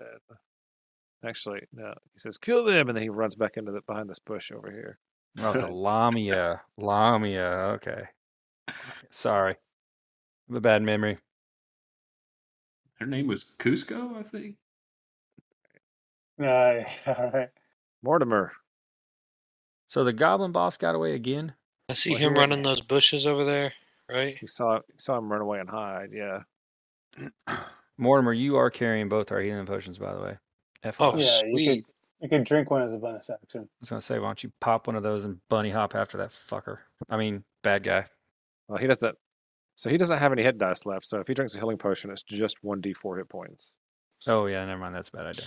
Actually, no. He says, "Kill them!" and then he runs back into the behind this bush over here. Oh, it's a That's- Lamia. Lamia. Okay. Sorry. I have a bad memory. Her name was Cusco, I think. Uh, all right. Mortimer. So the goblin boss got away again. I see Well, him here- running those bushes over there, right? You saw you saw him run away and hide. Yeah. Mortimer, you are carrying both our healing potions, by the way. FYI. Oh, Yeah, you sweet. could you could drink one as a bonus action. I was gonna say, why don't you pop one of those and bunny hop after that fucker? I mean, bad guy. Well, he doesn't. So he doesn't have any hit dice left. So if he drinks a healing potion, it's just one d4 hit points. Oh yeah, never mind. That's a bad idea.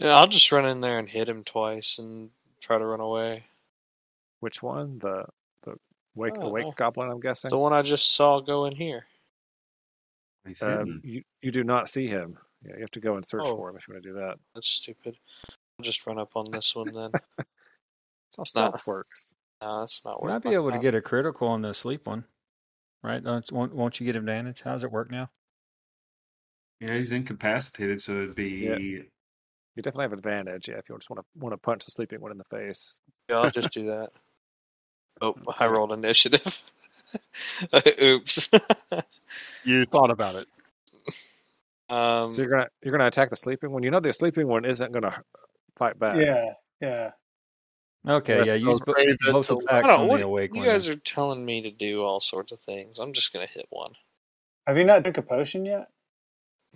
Yeah, I'll just run in there and hit him twice and try to run away. Which one? The the wake Oh, awake no. goblin. I'm guessing. The one I just saw go in here. He's Um, hidden. you you do not see him. Yeah, you have to go and search Oh. for him if you want to do that. That's stupid. I'll just run up on this one then. That's how not- stealth works. Nah, that's not worth Might be my able to time. get a critical on the sleep one, right? Don't- Won't, won't you get advantage? How does it work now? Yeah, he's incapacitated, so it'd be You definitely have advantage, yeah, if you just want to want to punch the sleeping one in the face. Yeah, I'll just do that. Oh, I rolled initiative. Oops. You thought about it. um, so you're gonna you're gonna attack the sleeping one. You know the sleeping one isn't gonna fight back. Yeah, yeah. Okay, Yes, yeah, I'll use bo- save it both till- I attacks don't, on what, the awake you one. guys then. are telling me to do all sorts of things. I'm just gonna hit one. Have you not drink a potion yet?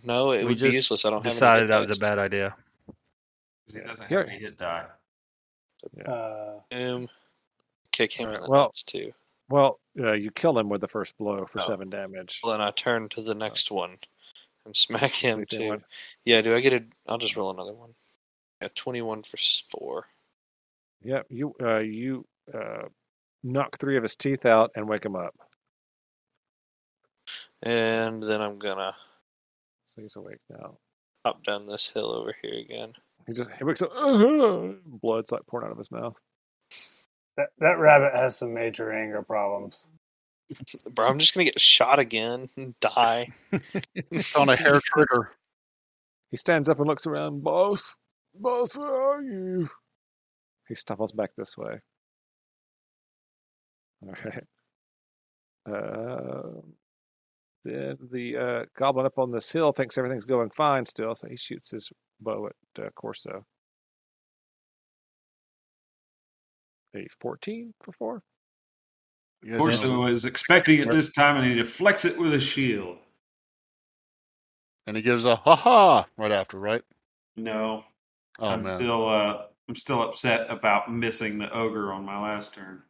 No, it We would just be useless. I don't have any hit Decided that was a dice. bad idea. 'cause he Yeah. doesn't Here- have any hit die. Uh, Boom. Kick him All in right, the well- nuts too. Well, uh, you kill him with the first blow for Oh. seven damage. Well, then I turn to Oh. the next one and smack The him sleeping too. one. Yeah, do I get a? I'll just roll another one. Yeah, twenty-one for s- four. Yep, you uh, you uh, knock three of his teeth out and wake him up, And then I'm gonna so he's awake now. hop down this hill over here again. He just he wakes up. "Uh-huh," blood's like pouring out of his mouth. that that rabbit has some major anger problems. Bro, I'm just gonna get shot again and die. It's on a hair trigger. He stands up and looks around. Both, both, where are you? He stumbles back this way. All right. Uh, then the uh, goblin up on this hill thinks everything's going fine still, so he shoots his bow at uh, Corso. A 14 for four. You guys know- Corso is expecting it this time, and he deflects it with a shield. And he gives a ha ha right after, right? No, Oh I'm man. still uh, I'm still upset about missing the ogre on my last turn.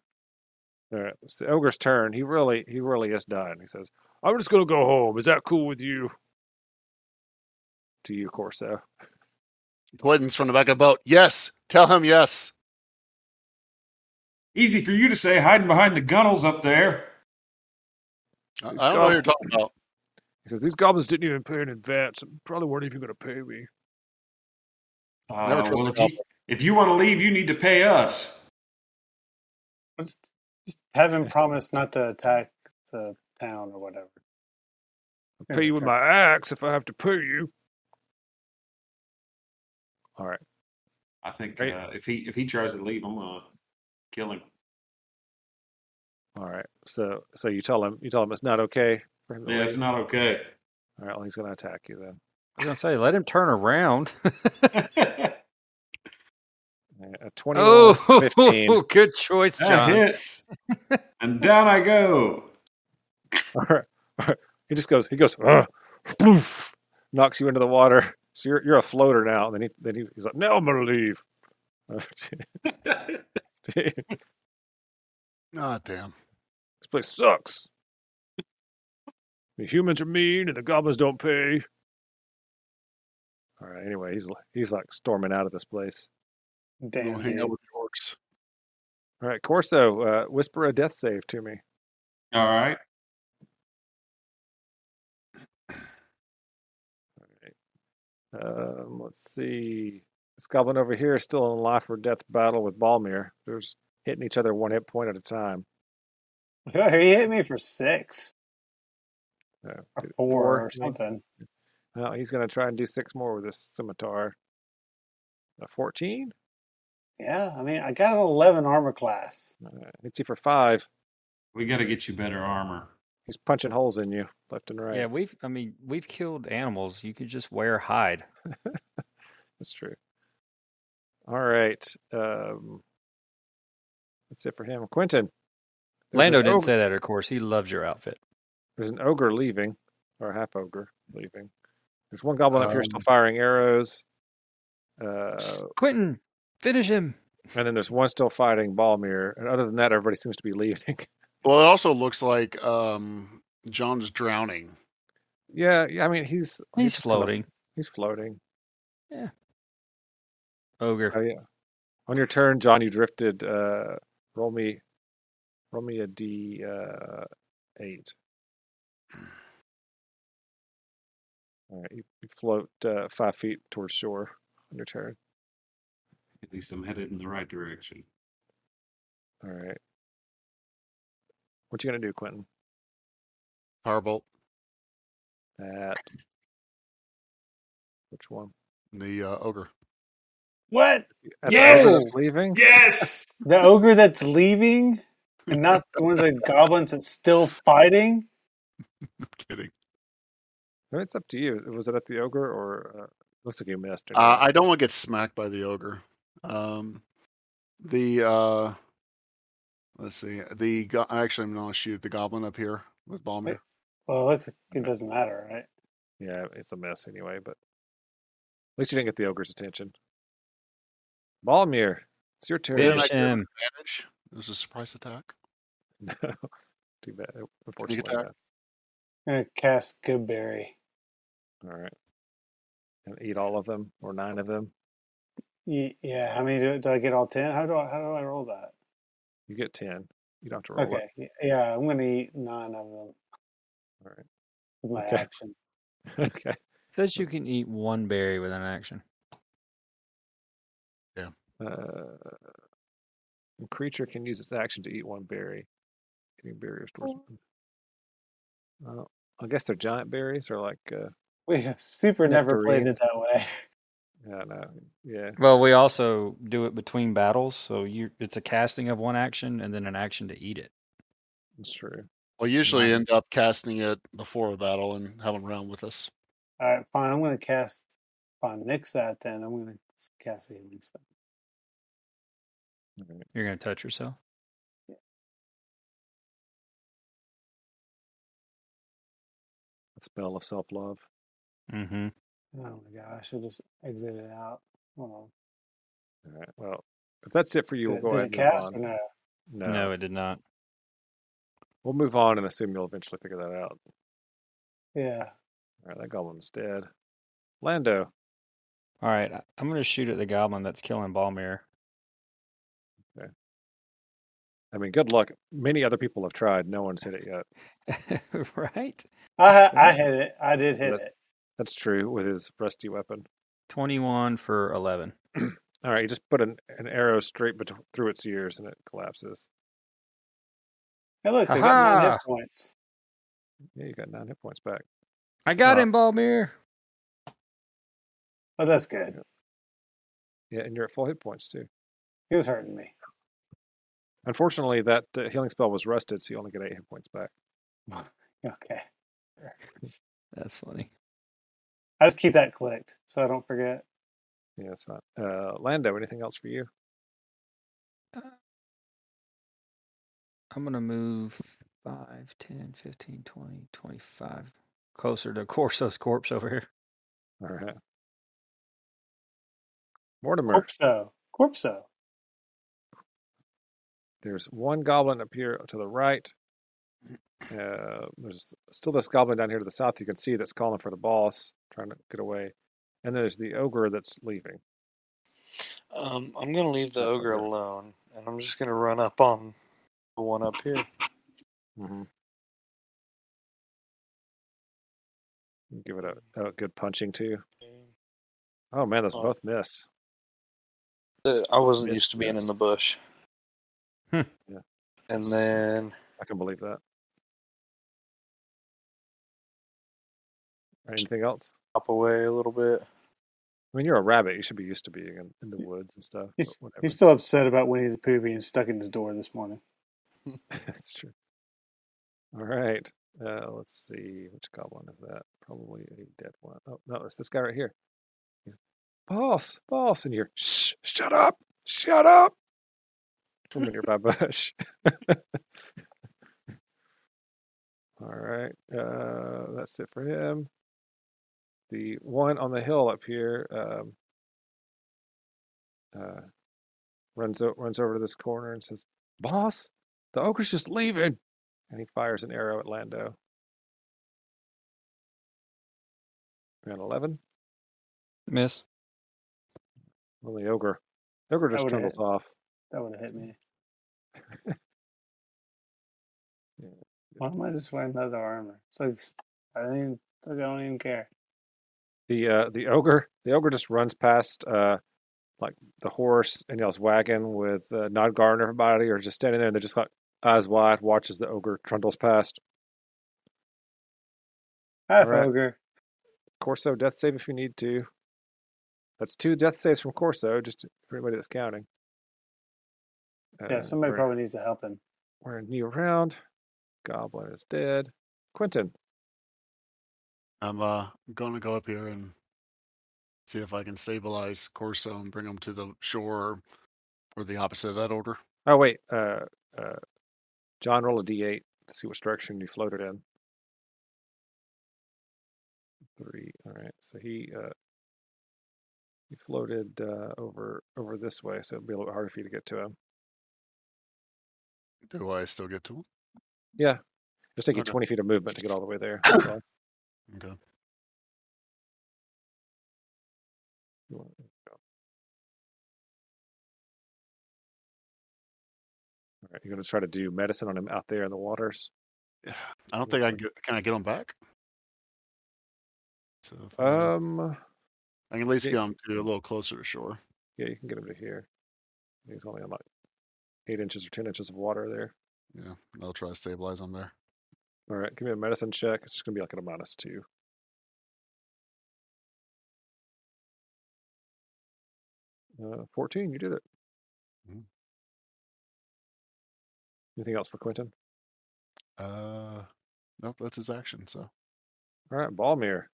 All right, it's the ogre's turn. He really, he really is dying. He says, "I'm just gonna go home. Is that cool with you?" To you, Corso. Points from the back of the boat. Yes. Tell him yes. Easy for you to say, hiding behind the gunnels up there. I, I He's don't know what gone. you're talking about. He says, "These goblins didn't even pay in advance. and Probably weren't even gonna pay me." Never Uh, trust well, a if you if you want to leave, you need to pay us. Just, just have him promise not to attack the town or whatever. I'll pay you with my axe if I have to pay you. All right. I think Right. uh, if he if he tries to leave, I'm gonna kill him. All right. So so you tell him you tell him it's not okay for him to Yeah, leave. it's not okay. All right, well, he's gonna attack you then. I was gonna say, let him turn around. that Uh, A twenty-one, fifteen. oh, good choice, John. hits, and down I go. All right. All right. He just goes. He goes. "Ugh," Ploof! Knocks you into the water. So you're you're a floater now. And then he then he, he's like, "No, I'm gonna leave." this Ah, damn. place sucks. The humans are mean, and the goblins don't pay. All right. Anyway, he's like he's like storming out of this place. Go Damn. hang out dude. with the orcs. All right, Corso, uh, whisper a death save to me. All right. Um, let's see. This goblin over here is still in a life or death battle with Balmir. They're just hitting each other one hit point at a time. Yeah, he hit me for six Uh, or did- four, four, or you think? something. Well, he's going to try and do six more with this scimitar. Uh, A 14? Yeah, I mean, I got an 11 armor class. Uh, hits you for five. We got to get you better armor. He's punching holes in you left and right. Yeah, we've I mean we've killed animals. You could just wear hide. That's true. All right. Um, that's it for him. Quentin. there's an Lando didn't ogre- say that, of course. He loves your outfit. There's an ogre leaving, or a half ogre leaving. There's one goblin up here still Um, firing arrows. Uh, S- Quentin, finish him. and then there's one still fighting Balmir. And other than that, everybody seems to be leaving. Well, it also looks like um, John's drowning. yeah, yeah, I mean, he's He's just kind of- floating. he's floating. Ogre. Oh yeah. On your turn, John, you drifted. Uh, roll me, roll me a d uh, eight. All right, you, you float uh, five feet towards shore on your turn. At least I'm headed in the right direction. All right. What you gonna do, Quentin? Firebolt. That. Which one? The uh, ogre. What? At the Yes! ogre that's leaving. Yes. The ogre that's leaving and not one of the goblins that's still fighting? Kidding. No, it's up to you. Was it at the ogre or uh, looks like you missed? Anyway. Uh, I don't want to get smacked by the ogre. Um, the uh, let's see. The go- actually, I'm gonna shoot the goblin up here with Balmer. Well, it looks like it doesn't matter, right? yeah, it's a mess anyway. But at least you didn't get the ogre's attention. Balmir, it's your turn. Didn't Finish I get him. advantage? It was a surprise attack. No, too bad. Unfortunately, attack. I'm going to cast Goodberry. no. All right, and eat all of them or nine of them. Y- Yeah, how many do, do I get all 10? How do I, how do I roll that? You get ten. You don't have to roll it. Okay. y- Yeah, I'm going to eat nine of them All right. with my Okay. action. Okay. Says you can eat one berry with an action. Uh, a creature can use its action to eat one berry. Getting berries towards. Oh, I guess they're giant berries or like. Uh, We have super never played it Nectarines. that way. I don't know. Yeah. Well, we also do it between battles, so you it's a casting of one action and then an action to eat it. That's true. Well, usually Nice. end up casting it before a battle and having around with us. All right, fine. I'm going to cast. Fine, nix that then. I'm going to cast the healing spell. All right. You're gonna touch yourself. A spell of self love. Mm-hmm. Oh my gosh, I just exited out. Hold All right. Well, if that's it for you, on. Did, we'll go did ahead it and cast or move on. no? No. No, it did not. we'll move on and assume you'll eventually figure that out. Yeah. All right, that goblin's dead. Lando, All right, I- I'm gonna shoot at the goblin that's killing Balmir. I mean, good luck. Many other people have tried. No one's hit it yet. right? I ha- I hit it. I did hit Let- it. That's true with his rusty weapon. 21 for 11. All right, you just put an, an arrow straight bet- through its ears and it collapses. Hey, look, I got nine Aha! hit points. Yeah, you got nine hit points back. I got Uh, him, Balmir. Oh, that's good. Yeah, and you're at full hit points too. He was hurting me. Unfortunately, that uh, healing spell was rusted, so you only get eight hit points back. Okay. That's funny. I just keep that clicked so I don't forget. Yeah, that's fine. Uh, Lando, anything else for you? I'm gonna move 5, 10, 15, 20, 25 closer to Corso's corpse over here. All right. Mortimer, Corpso. Corpso. there's one goblin up here to the right. Uh, there's still this goblin down here to the south. You can see that's calling for the boss, trying to get away. And there's the ogre that's leaving. Um, I'm gonna leave the Oh, ogre okay. alone, and I'm just gonna run up on the one up here. Mm-hmm. Give it a, a good punching too. Oh man, those Oh. both miss. Uh, I wasn't Miss, used to being miss. in the bush. Hmm. Yeah. And then I can believe that. Anything else? hop away a little bit. I mean, you're a rabbit. You should be used to being in, in the woods and stuff. But He's, whatever. he's still upset about Winnie the Pooh being stuck in his door this morning. That's true. All right. Uh, let's see. Which goblin is that? Probably a dead one. Oh, no, it's this guy right here. He's, boss, boss. And you're, shh, shut up, shut up. From a nearby bush. All right. Uh, that's it for him. The one on the hill up here um, uh, runs, o- runs over to this corner and says, Boss, the ogre's just leaving. And he fires an arrow at Lando. And 11. Miss. Well, the ogre. The ogre That just would've trundles hit. off. That would have hit me. Yeah. Why am I just wearing leather armor? It's like I don't even, like, I don't even care. The uh, the ogre the ogre just runs past uh, like the horse and yells wagon with uh, Nodgar and everybody are just standing there and they're just like eyes wide, watches the ogre trundles past. Hi, Ah, All right. Ogre. Corso, death save if you need to. That's two death saves from Corso, just for anybody that's counting. Yeah, Uh, somebody we're, probably needs to help him. we're in new round. Goblin is dead. Quentin. I'm uh gonna go up here and see if I can stabilize Corso and bring him to the shore or the opposite of that order. Oh wait, uh, uh, John, roll a d8 to see which direction you floated in. Three. All right, so he uh, he floated uh, over over this way, so it'd be a little bit harder for you to get to him. Do I still get to him? Yeah, just take you Okay. 20 feet of movement to get all the way there. That's all. Okay. You want- there you go. All right, you're gonna try to do medicine on him out there in the waters. Yeah, I don't think I can get can I get him back? So if I, Um, I can at least yeah. get him to a little closer to shore. yeah, you can get him to here. He's only on like eight inches or 10 inches of water there. Yeah, I'll try to stabilize him there. All right, give me a medicine check. It's just gonna be like at a minus two. Uh, Fourteen, you did it. Mm. Anything else for Quentin? Uh, nope, that's his action. So All right, Balmir.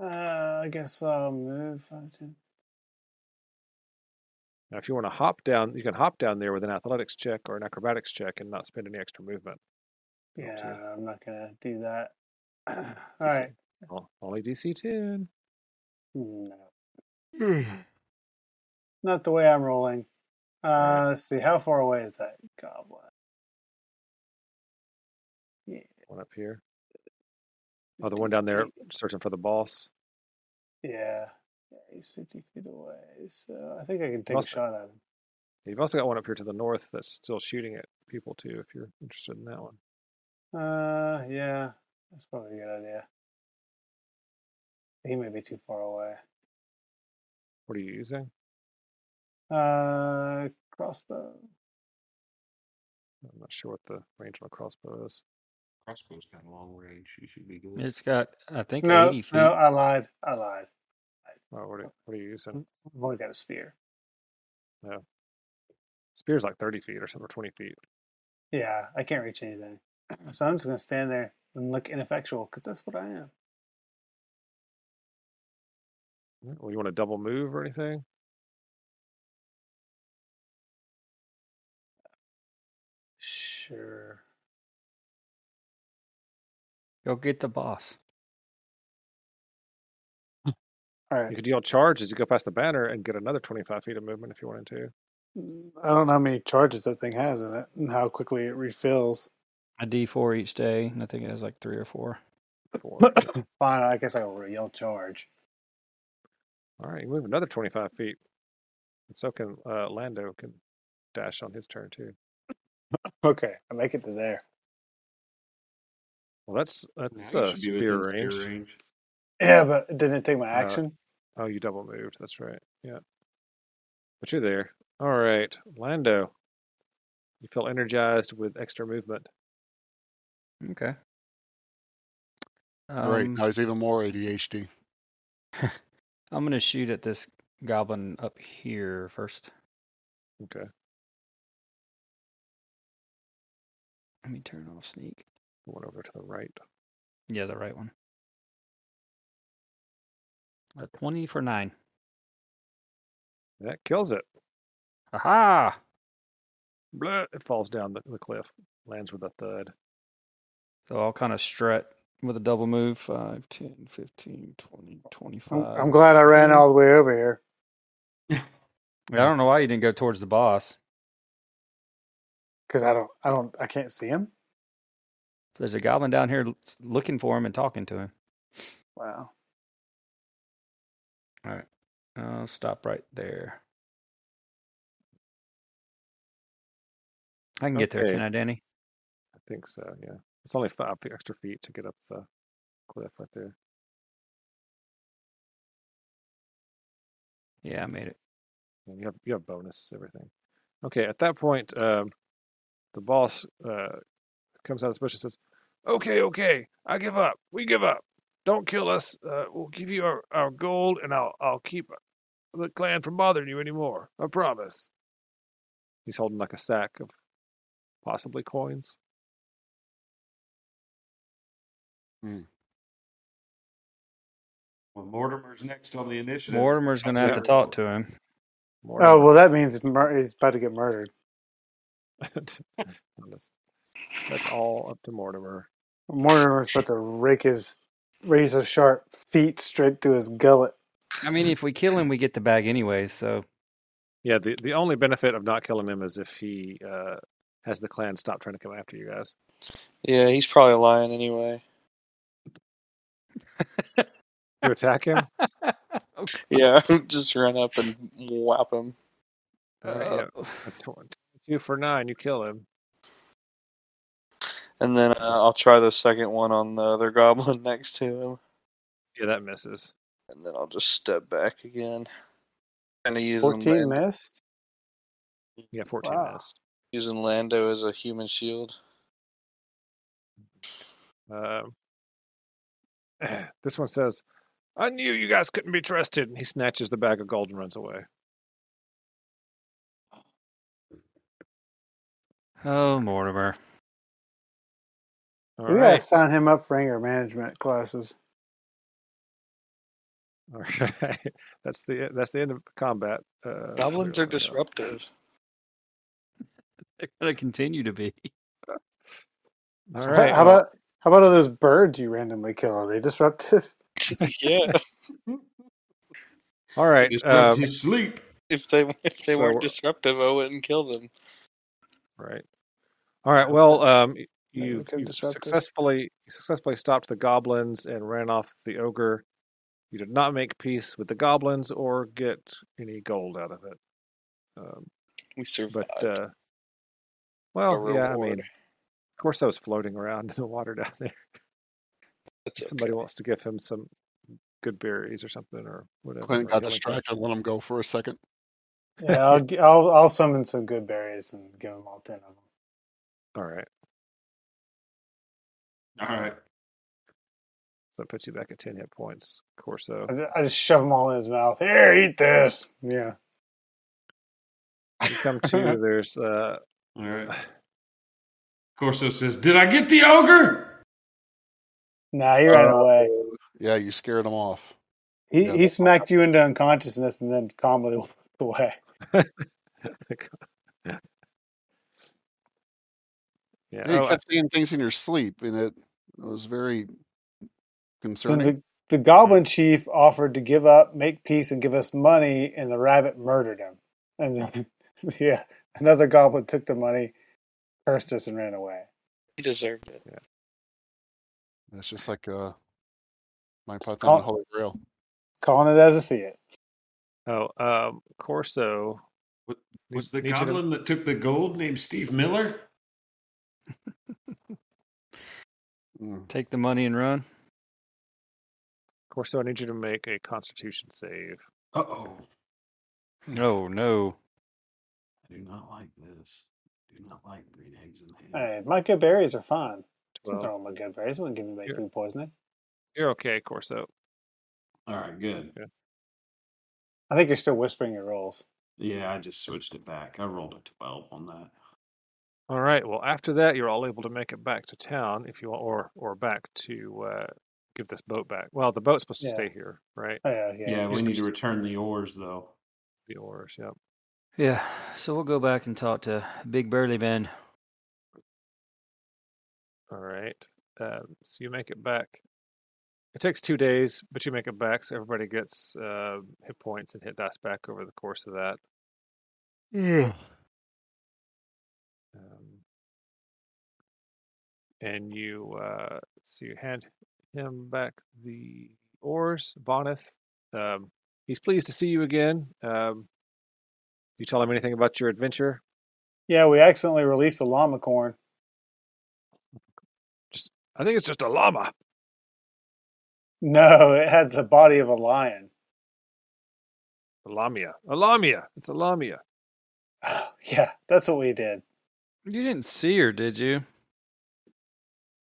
Uh, I guess I'll move. five, 10. Now, if you want to hop down, you can hop down there with an athletics check or an acrobatics check and not spend any extra movement. Up to you. Yeah, I'm not gonna do that. All Let's see. right, Oh, Only DC ten. No. Not the way I'm rolling. Uh, let's see. How far away is that goblin? One up here. Oh, the one down there searching for the boss. Yeah. yeah he's 50 feet away. So I think I can take Must- a shot at him. You've also got one up here to the north that's still shooting at people too. If you're interested in that one, Uh, yeah. That's probably a good idea. He may be too far away. what are you using? Uh, crossbow. I'm not sure what the range on a crossbow is. Crossbow's got a long range. You should be good. It's got, I think, No, 80 feet. no, I lied. I lied. Oh, what are, what are you using? I've only got a spear. Spear's like thirty feet or something, or twenty feet. Yeah, I can't reach anything. So I'm just going to stand there and look ineffectual because that's what I am. Yeah, Well, you want to double move or anything? Sure. Go get the boss. All You right. could yell charge as you go past the banner and get another twenty-five feet of movement if you wanted to. Mm, I don't know how many charges that thing has in it and how quickly it refills. A D4 each day. and I think it has like three or four. Four. Fine, I guess I will yell charge. All right, you move another 25 feet. And so can uh, Lando can dash on his turn too. Okay, I make it to there. Well, that's Now that's you uh, should be spear within range. range. Yeah, but didn't it take my Uh, action? Oh, you double moved. That's right. Yeah, but you're there. All right, Lando. You feel energized with extra movement. Okay. Um, Right. Now he's even more ADHD. I'm going to shoot at this goblin up here first. Okay. Let me turn off sneak. The one over to the right. Yeah, the right one. A 20 for 9. That kills it. Aha! Blah, it falls down the, the cliff, lands with a thud. So I'll kind of strut with a double move 5, 10, 15, 20, I'm, 25. I'm glad I ran yeah. all the way over here. I don't know why you didn't go towards the boss. Because I don't, I don't, I can't see him. There's a goblin down here l- looking for him and talking to him. Wow. All right. I'll stop right there. I can get there, Okay. can I, Danny? I think so. Yeah, it's only five feet- extra feet to get up the cliff right there. Yeah, I made it. and you have you have bonus everything. Okay, at that point, um, the boss uh, comes out of the bush and says, "Okay, okay, I give up. We give up. Don't kill us. Uh, we'll give you our, our gold, and I'll I'll keep the clan from bothering you anymore. I promise." He's holding like a sack of possibly coins. Well, Mortimer's next on the initiative. Mortimer's going to have to talk to him. More Oh well, that means it's mur- he's about to get murdered. that's, that's all up to Mortimer. Mortimer's about to rake his razor sharp feet straight through his gullet. I mean, if we kill him, we get the bag anyway, so Yeah, the, the only benefit of not killing him is if he uh, has the clan stop trying to come after you guys. Yeah, he's probably lying anyway. You attack him. Yeah, just run up and whap him. All right, yeah. Uh, A tw- Two for nine, you kill him. And then uh, I'll try the second one on the other goblin next to him. Yeah, that misses. And then I'll just step back again. Kind of using, Fourteen Lan- missed. Yeah, fourteen Mm, Wow. missed. using Lando as a human shield. Um, eh, this one says, "I knew you guys couldn't be trusted." And he snatches the bag of gold and runs away. Oh, Mortimer. All We gotta right, sign him up for anger management classes. all right. That's the that's the end of combat. Uh, Goblins are clearly, uh, disruptive. They're going to continue to be. All How- right. How well, about How about all those birds you randomly kill? Are they disruptive? yeah, All right. Just um, put to sleep. if they if they So- weren't disruptive, I wouldn't kill them. Right. All right. Well, um, y- you become you disruptive. successfully you successfully stopped the goblins and ran off the ogre. You did not make peace with the goblins or get any gold out of it. Um, We survived. but uh, well, yeah, I mean, reward. of course, I was floating around in the water down there. That's If okay. Somebody wants to give him some good berries or something or whatever. Clint or got healing potion. distracted. Let him go for a second. Yeah, I'll, gi- I'll I'll summon some good berries and give them all ten of them. All right. All right. So that puts you back at ten hit points, Corso. I just, I just shove them all in his mouth. Here, eat this. Yeah. You come to. There's uh, All right. Corso says, "Did I get the ogre?" Nah, he ran Uh, away. Yeah, you scared him off. He yeah, he smacked you into unconsciousness and then calmly walked away. yeah. Yeah, you oh, I- kept seeing things in your sleep, and it, it was very Then concerning. the the goblin chief offered to give up, make peace, and give us money, and the rabbit murdered him. And then, yeah, another goblin took the money, cursed us, and ran away. He deserved it. That's just like uh, my Python Call- and Holy Grail. Calling it as I see it. Oh, um, Corso. What- need- Was the need you to- goblin that took the gold named Steve Miller? Mm. Take the money and run. Corso, I need you to make a Constitution save. Uh oh. No, no. I do not like this. I do not like green eggs and ham. Hey, my good berries are fine. Something Well, wrong with my good berries. I wouldn't give anybody Here. food poisoning. you're okay, Corso. All right, good. I think you're still whispering your rolls. Yeah, I just switched it back. I rolled a twelve on that. All right. Well, after that, you're all able to make it back to town if you want, or or back to uh, give this boat back. Well, the boat's supposed to Yeah. stay here, right? Oh, yeah, yeah. Yeah, we Just- need to return the oars though. The oars. Yep. Yeah. So we'll go back and talk to Big Burly Man. All right. Um, so you make it back. It takes two days, but you make it back, so everybody gets uh, hit points and hit dice back over the course of that. Yeah. Um, and you uh, so you hand him back the oars, Voneth. Um, he's pleased to see you again. Um, you tell him anything about your adventure? Yeah, we accidentally released a llama corn. I think it's just a llama. No, it had the body of a lion. A lamia. A lamia. It's a lamia. Oh, yeah, that's what we did. You didn't see her, did you?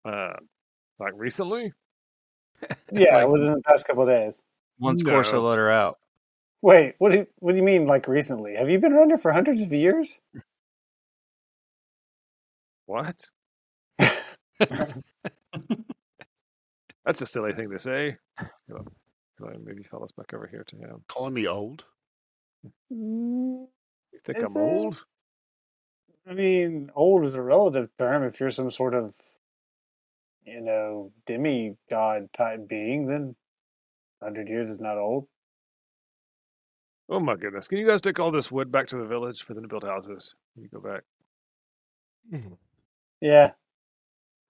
Uh, like recently? Yeah, Like- within the past couple of days. Once Corso No. let her out. Wait, what do you, what do you mean? Like recently? Have you been around here for hundreds of years? What? That's a silly thing to say. Come on. Come on, Maybe follow us back over here to him. Calling me old? Mm, You think Is I'm it? old? I mean, old is a relative term. If you're some sort of, you know, demigod type being, then hundred years is not old. Oh my goodness. Can you guys take all this wood back to the village for the new built houses? You go back. Yeah,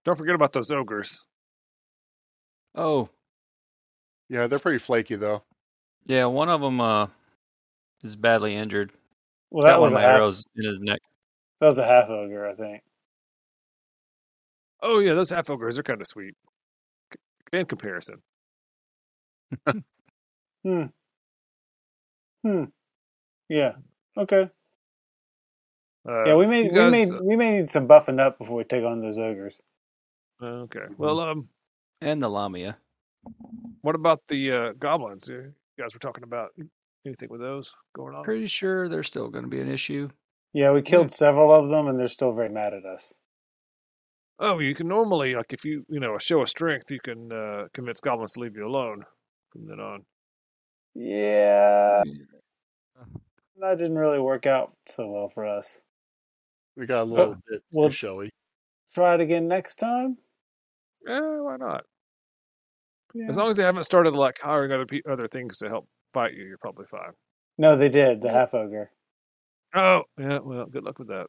Don't forget about those ogres. Oh, Yeah, they're pretty flaky though. yeah. One of them uh, is badly injured. well, Got that one was a of my half. arrows in his neck. That was a half ogre, I think. Oh yeah, those half ogres are kind of sweet. c- In comparison, Hmm. Hmm. Yeah. Okay. uh, Yeah, we may you we may guys- we may need some buffing up before we take on those ogres. okay. Well, um, And the Lamia. what about the uh, goblins? You guys were talking about anything with those going on? Pretty sure they're still going to be an issue. Yeah, we killed several of them, and they're still very mad at us. Oh, you can normally like if you you know a show of strength, you can uh, convince goblins to leave you alone from then on. Yeah, Yeah. that didn't really work out so well for us. We got a little bit well- too showy. Try it again next time. Yeah, Eh, why not? As long as they haven't started like hiring other pe- other things to help fight you, you're probably fine. No, they did the half ogre. Oh, yeah. Well, good luck with that.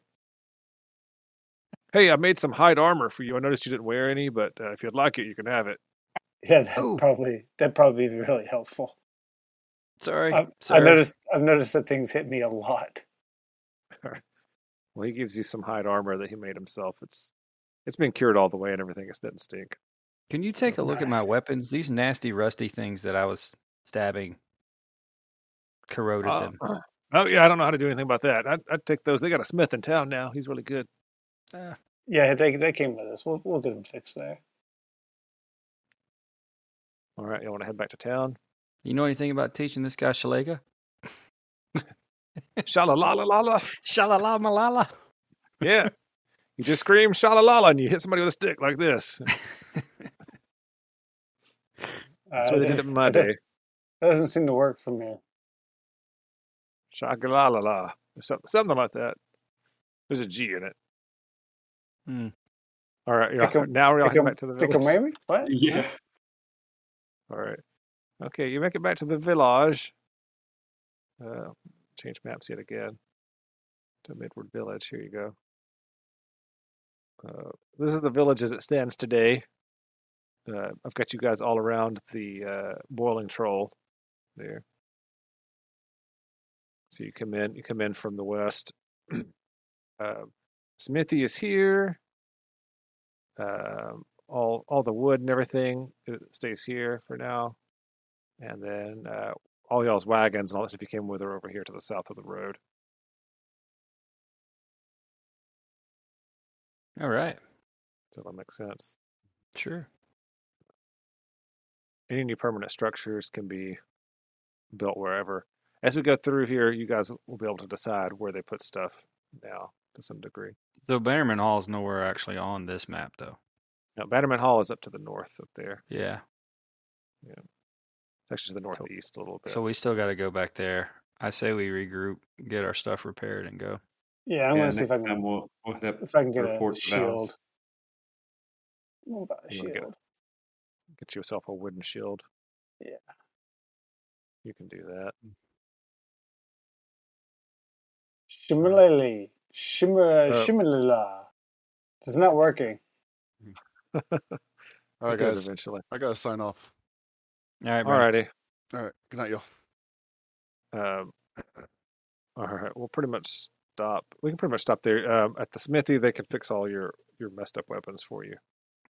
Hey, I made some hide armor for you. I noticed you didn't wear any, but uh, if you'd like it, you can have it. Yeah, that Oh. probably that probably be really helpful. Sorry. I, I sorry. noticed I've noticed that things hit me a lot. Well, he gives you some hide armor that he made himself. It's it's been cured all the way and everything. It doesn't stink. Can you take a look at my weapons? These nasty, rusty things that I was stabbing corroded Oh, them. oh, yeah, I don't know how to do anything about that. I'd, I'd take those. They got a smith in town now. He's really good. Ah, Yeah, they they came with us. We'll we'll get them fixed there. All right, you want to head back to town? you know anything about teaching this guy Shalaga? Shalalala. Shalala malala. Yeah. You just scream shalalala and you hit somebody with a stick like this. Uh, That's what they that- did in my that does- day. That doesn't seem to work for me. Shagalala. Something, something like that. There's a G in it. Hmm. All right. Yeah. Pick 'em- now we're all pick heading 'em- back to the Pick a village. maybe? What? Yeah. All right. Okay. You make it back to the village. Uh, change maps yet again to Midward Village. Here you go. Uh, this is the village as it stands today. Uh, I've got you guys all around the uh, boiling troll there. So you come in. You come in from the west. uh, Smithy is here. Um, all all the wood and everything uh, stays here for now, and then uh, all y'all's wagons and all that stuff you came with are over here to the south of the road. All right. So that makes sense. Sure. Any new permanent structures can be built wherever. As we go through here, you guys will be able to decide where they put stuff now to some degree. So Bannerman Hall is nowhere actually on this map, though. Now, Bannerman Hall is up to the north up there, Yeah. actually to the northeast a little bit. So we still got to go back there. I say we regroup, get our stuff repaired, and go. Yeah, I'm yeah, gonna see if next I can time we'll, we'll hit up if I can get a report to Val. shield. What about a You wanna get- shield? Get yourself a wooden shield. Yeah. You can do that. Shimmerly. Shimmer Uh, shimmerla. It's not working. All right, You could guys. Eventually. I gotta sign off. All right, All Brandon. righty. All right. Good night, y'all. Um, all right. We'll pretty much stop. We can pretty much stop there. Um, at the smithy, they can fix all your your messed up weapons for you.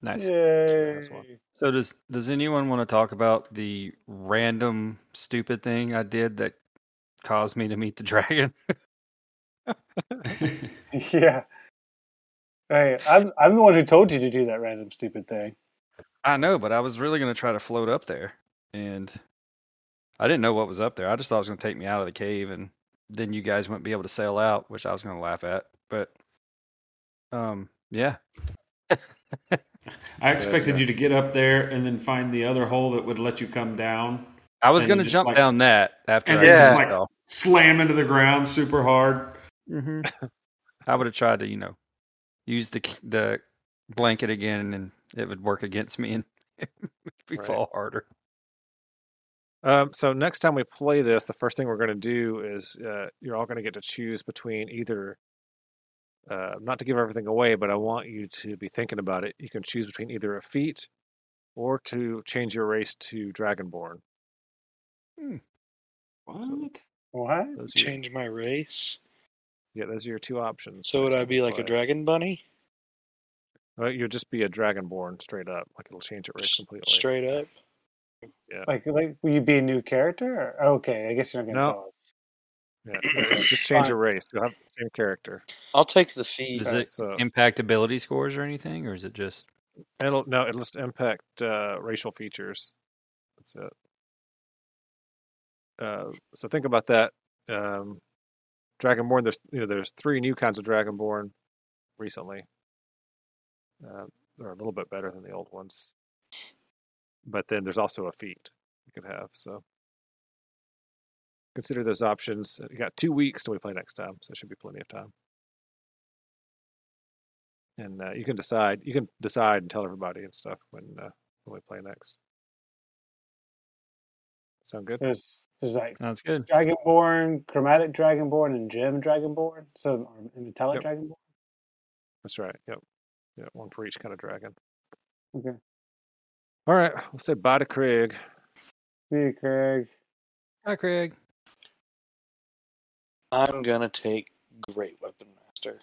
Nice. Yay. that's one. So does does anyone want to talk about the random stupid thing I did that caused me to meet the dragon? yeah. Hey, I'm I'm the one who told you to do that random stupid thing. I know, but I was really going to try to float up there, and I didn't know what was up there. I just thought it was going to take me out of the cave, and then you guys wouldn't be able to sail out, which I was going to laugh at. But um, yeah, I It's dead, expected yeah. you to get up there and then find the other hole that would let you come down, I was And going to just jump like- down that after and I then just Yeah. like slam into the ground super hard. hmm I would have tried to, you know, use the c- the blanket again, and it would work against me and make me Right. fall harder. Um, so next time we play this, the first thing we're going to do is uh, you're all going to get to choose between either. Uh, not to give everything away, but I want you to be thinking about it. You can choose between either a feat or to change your race to Dragonborn. What? What? Those are your, Change my race. yeah, those are your two options. So would next I time be we like a play. dragon bunny? Well, you'll just be a Dragonborn straight up. Like it'll change your race S- completely. Straight up? Like like will you be a new character? Or, okay, I guess you're not gonna No. tell us. Yeah, it's just change Fine. your race. You'll have the same character. I'll take the feet. Does Okay, it So impact ability scores or anything, or is it just it'll no, it'll just impact uh, racial features. That's it. Uh, so think about that. Um, Dragonborn. There's you know there's three new kinds of Dragonborn recently. Uh, they're a little bit better than the old ones, but then there's also a feat you could have. So consider those options. uh, You got two weeks till we play next time, so it should be plenty of time. and uh, you can decide. You can decide and tell everybody and stuff when uh, when we play next. Sound good? There's there's like That's good. Dragonborn, Chromatic Dragonborn, and Gem Dragonborn. So um, and Metallic Yep. Dragonborn. That's right. Yep. Yeah, one for each kind of dragon. Okay. All right, we'll say bye to Craig. See you, Craig. Hi, Craig. I'm gonna take Great Weapon Master.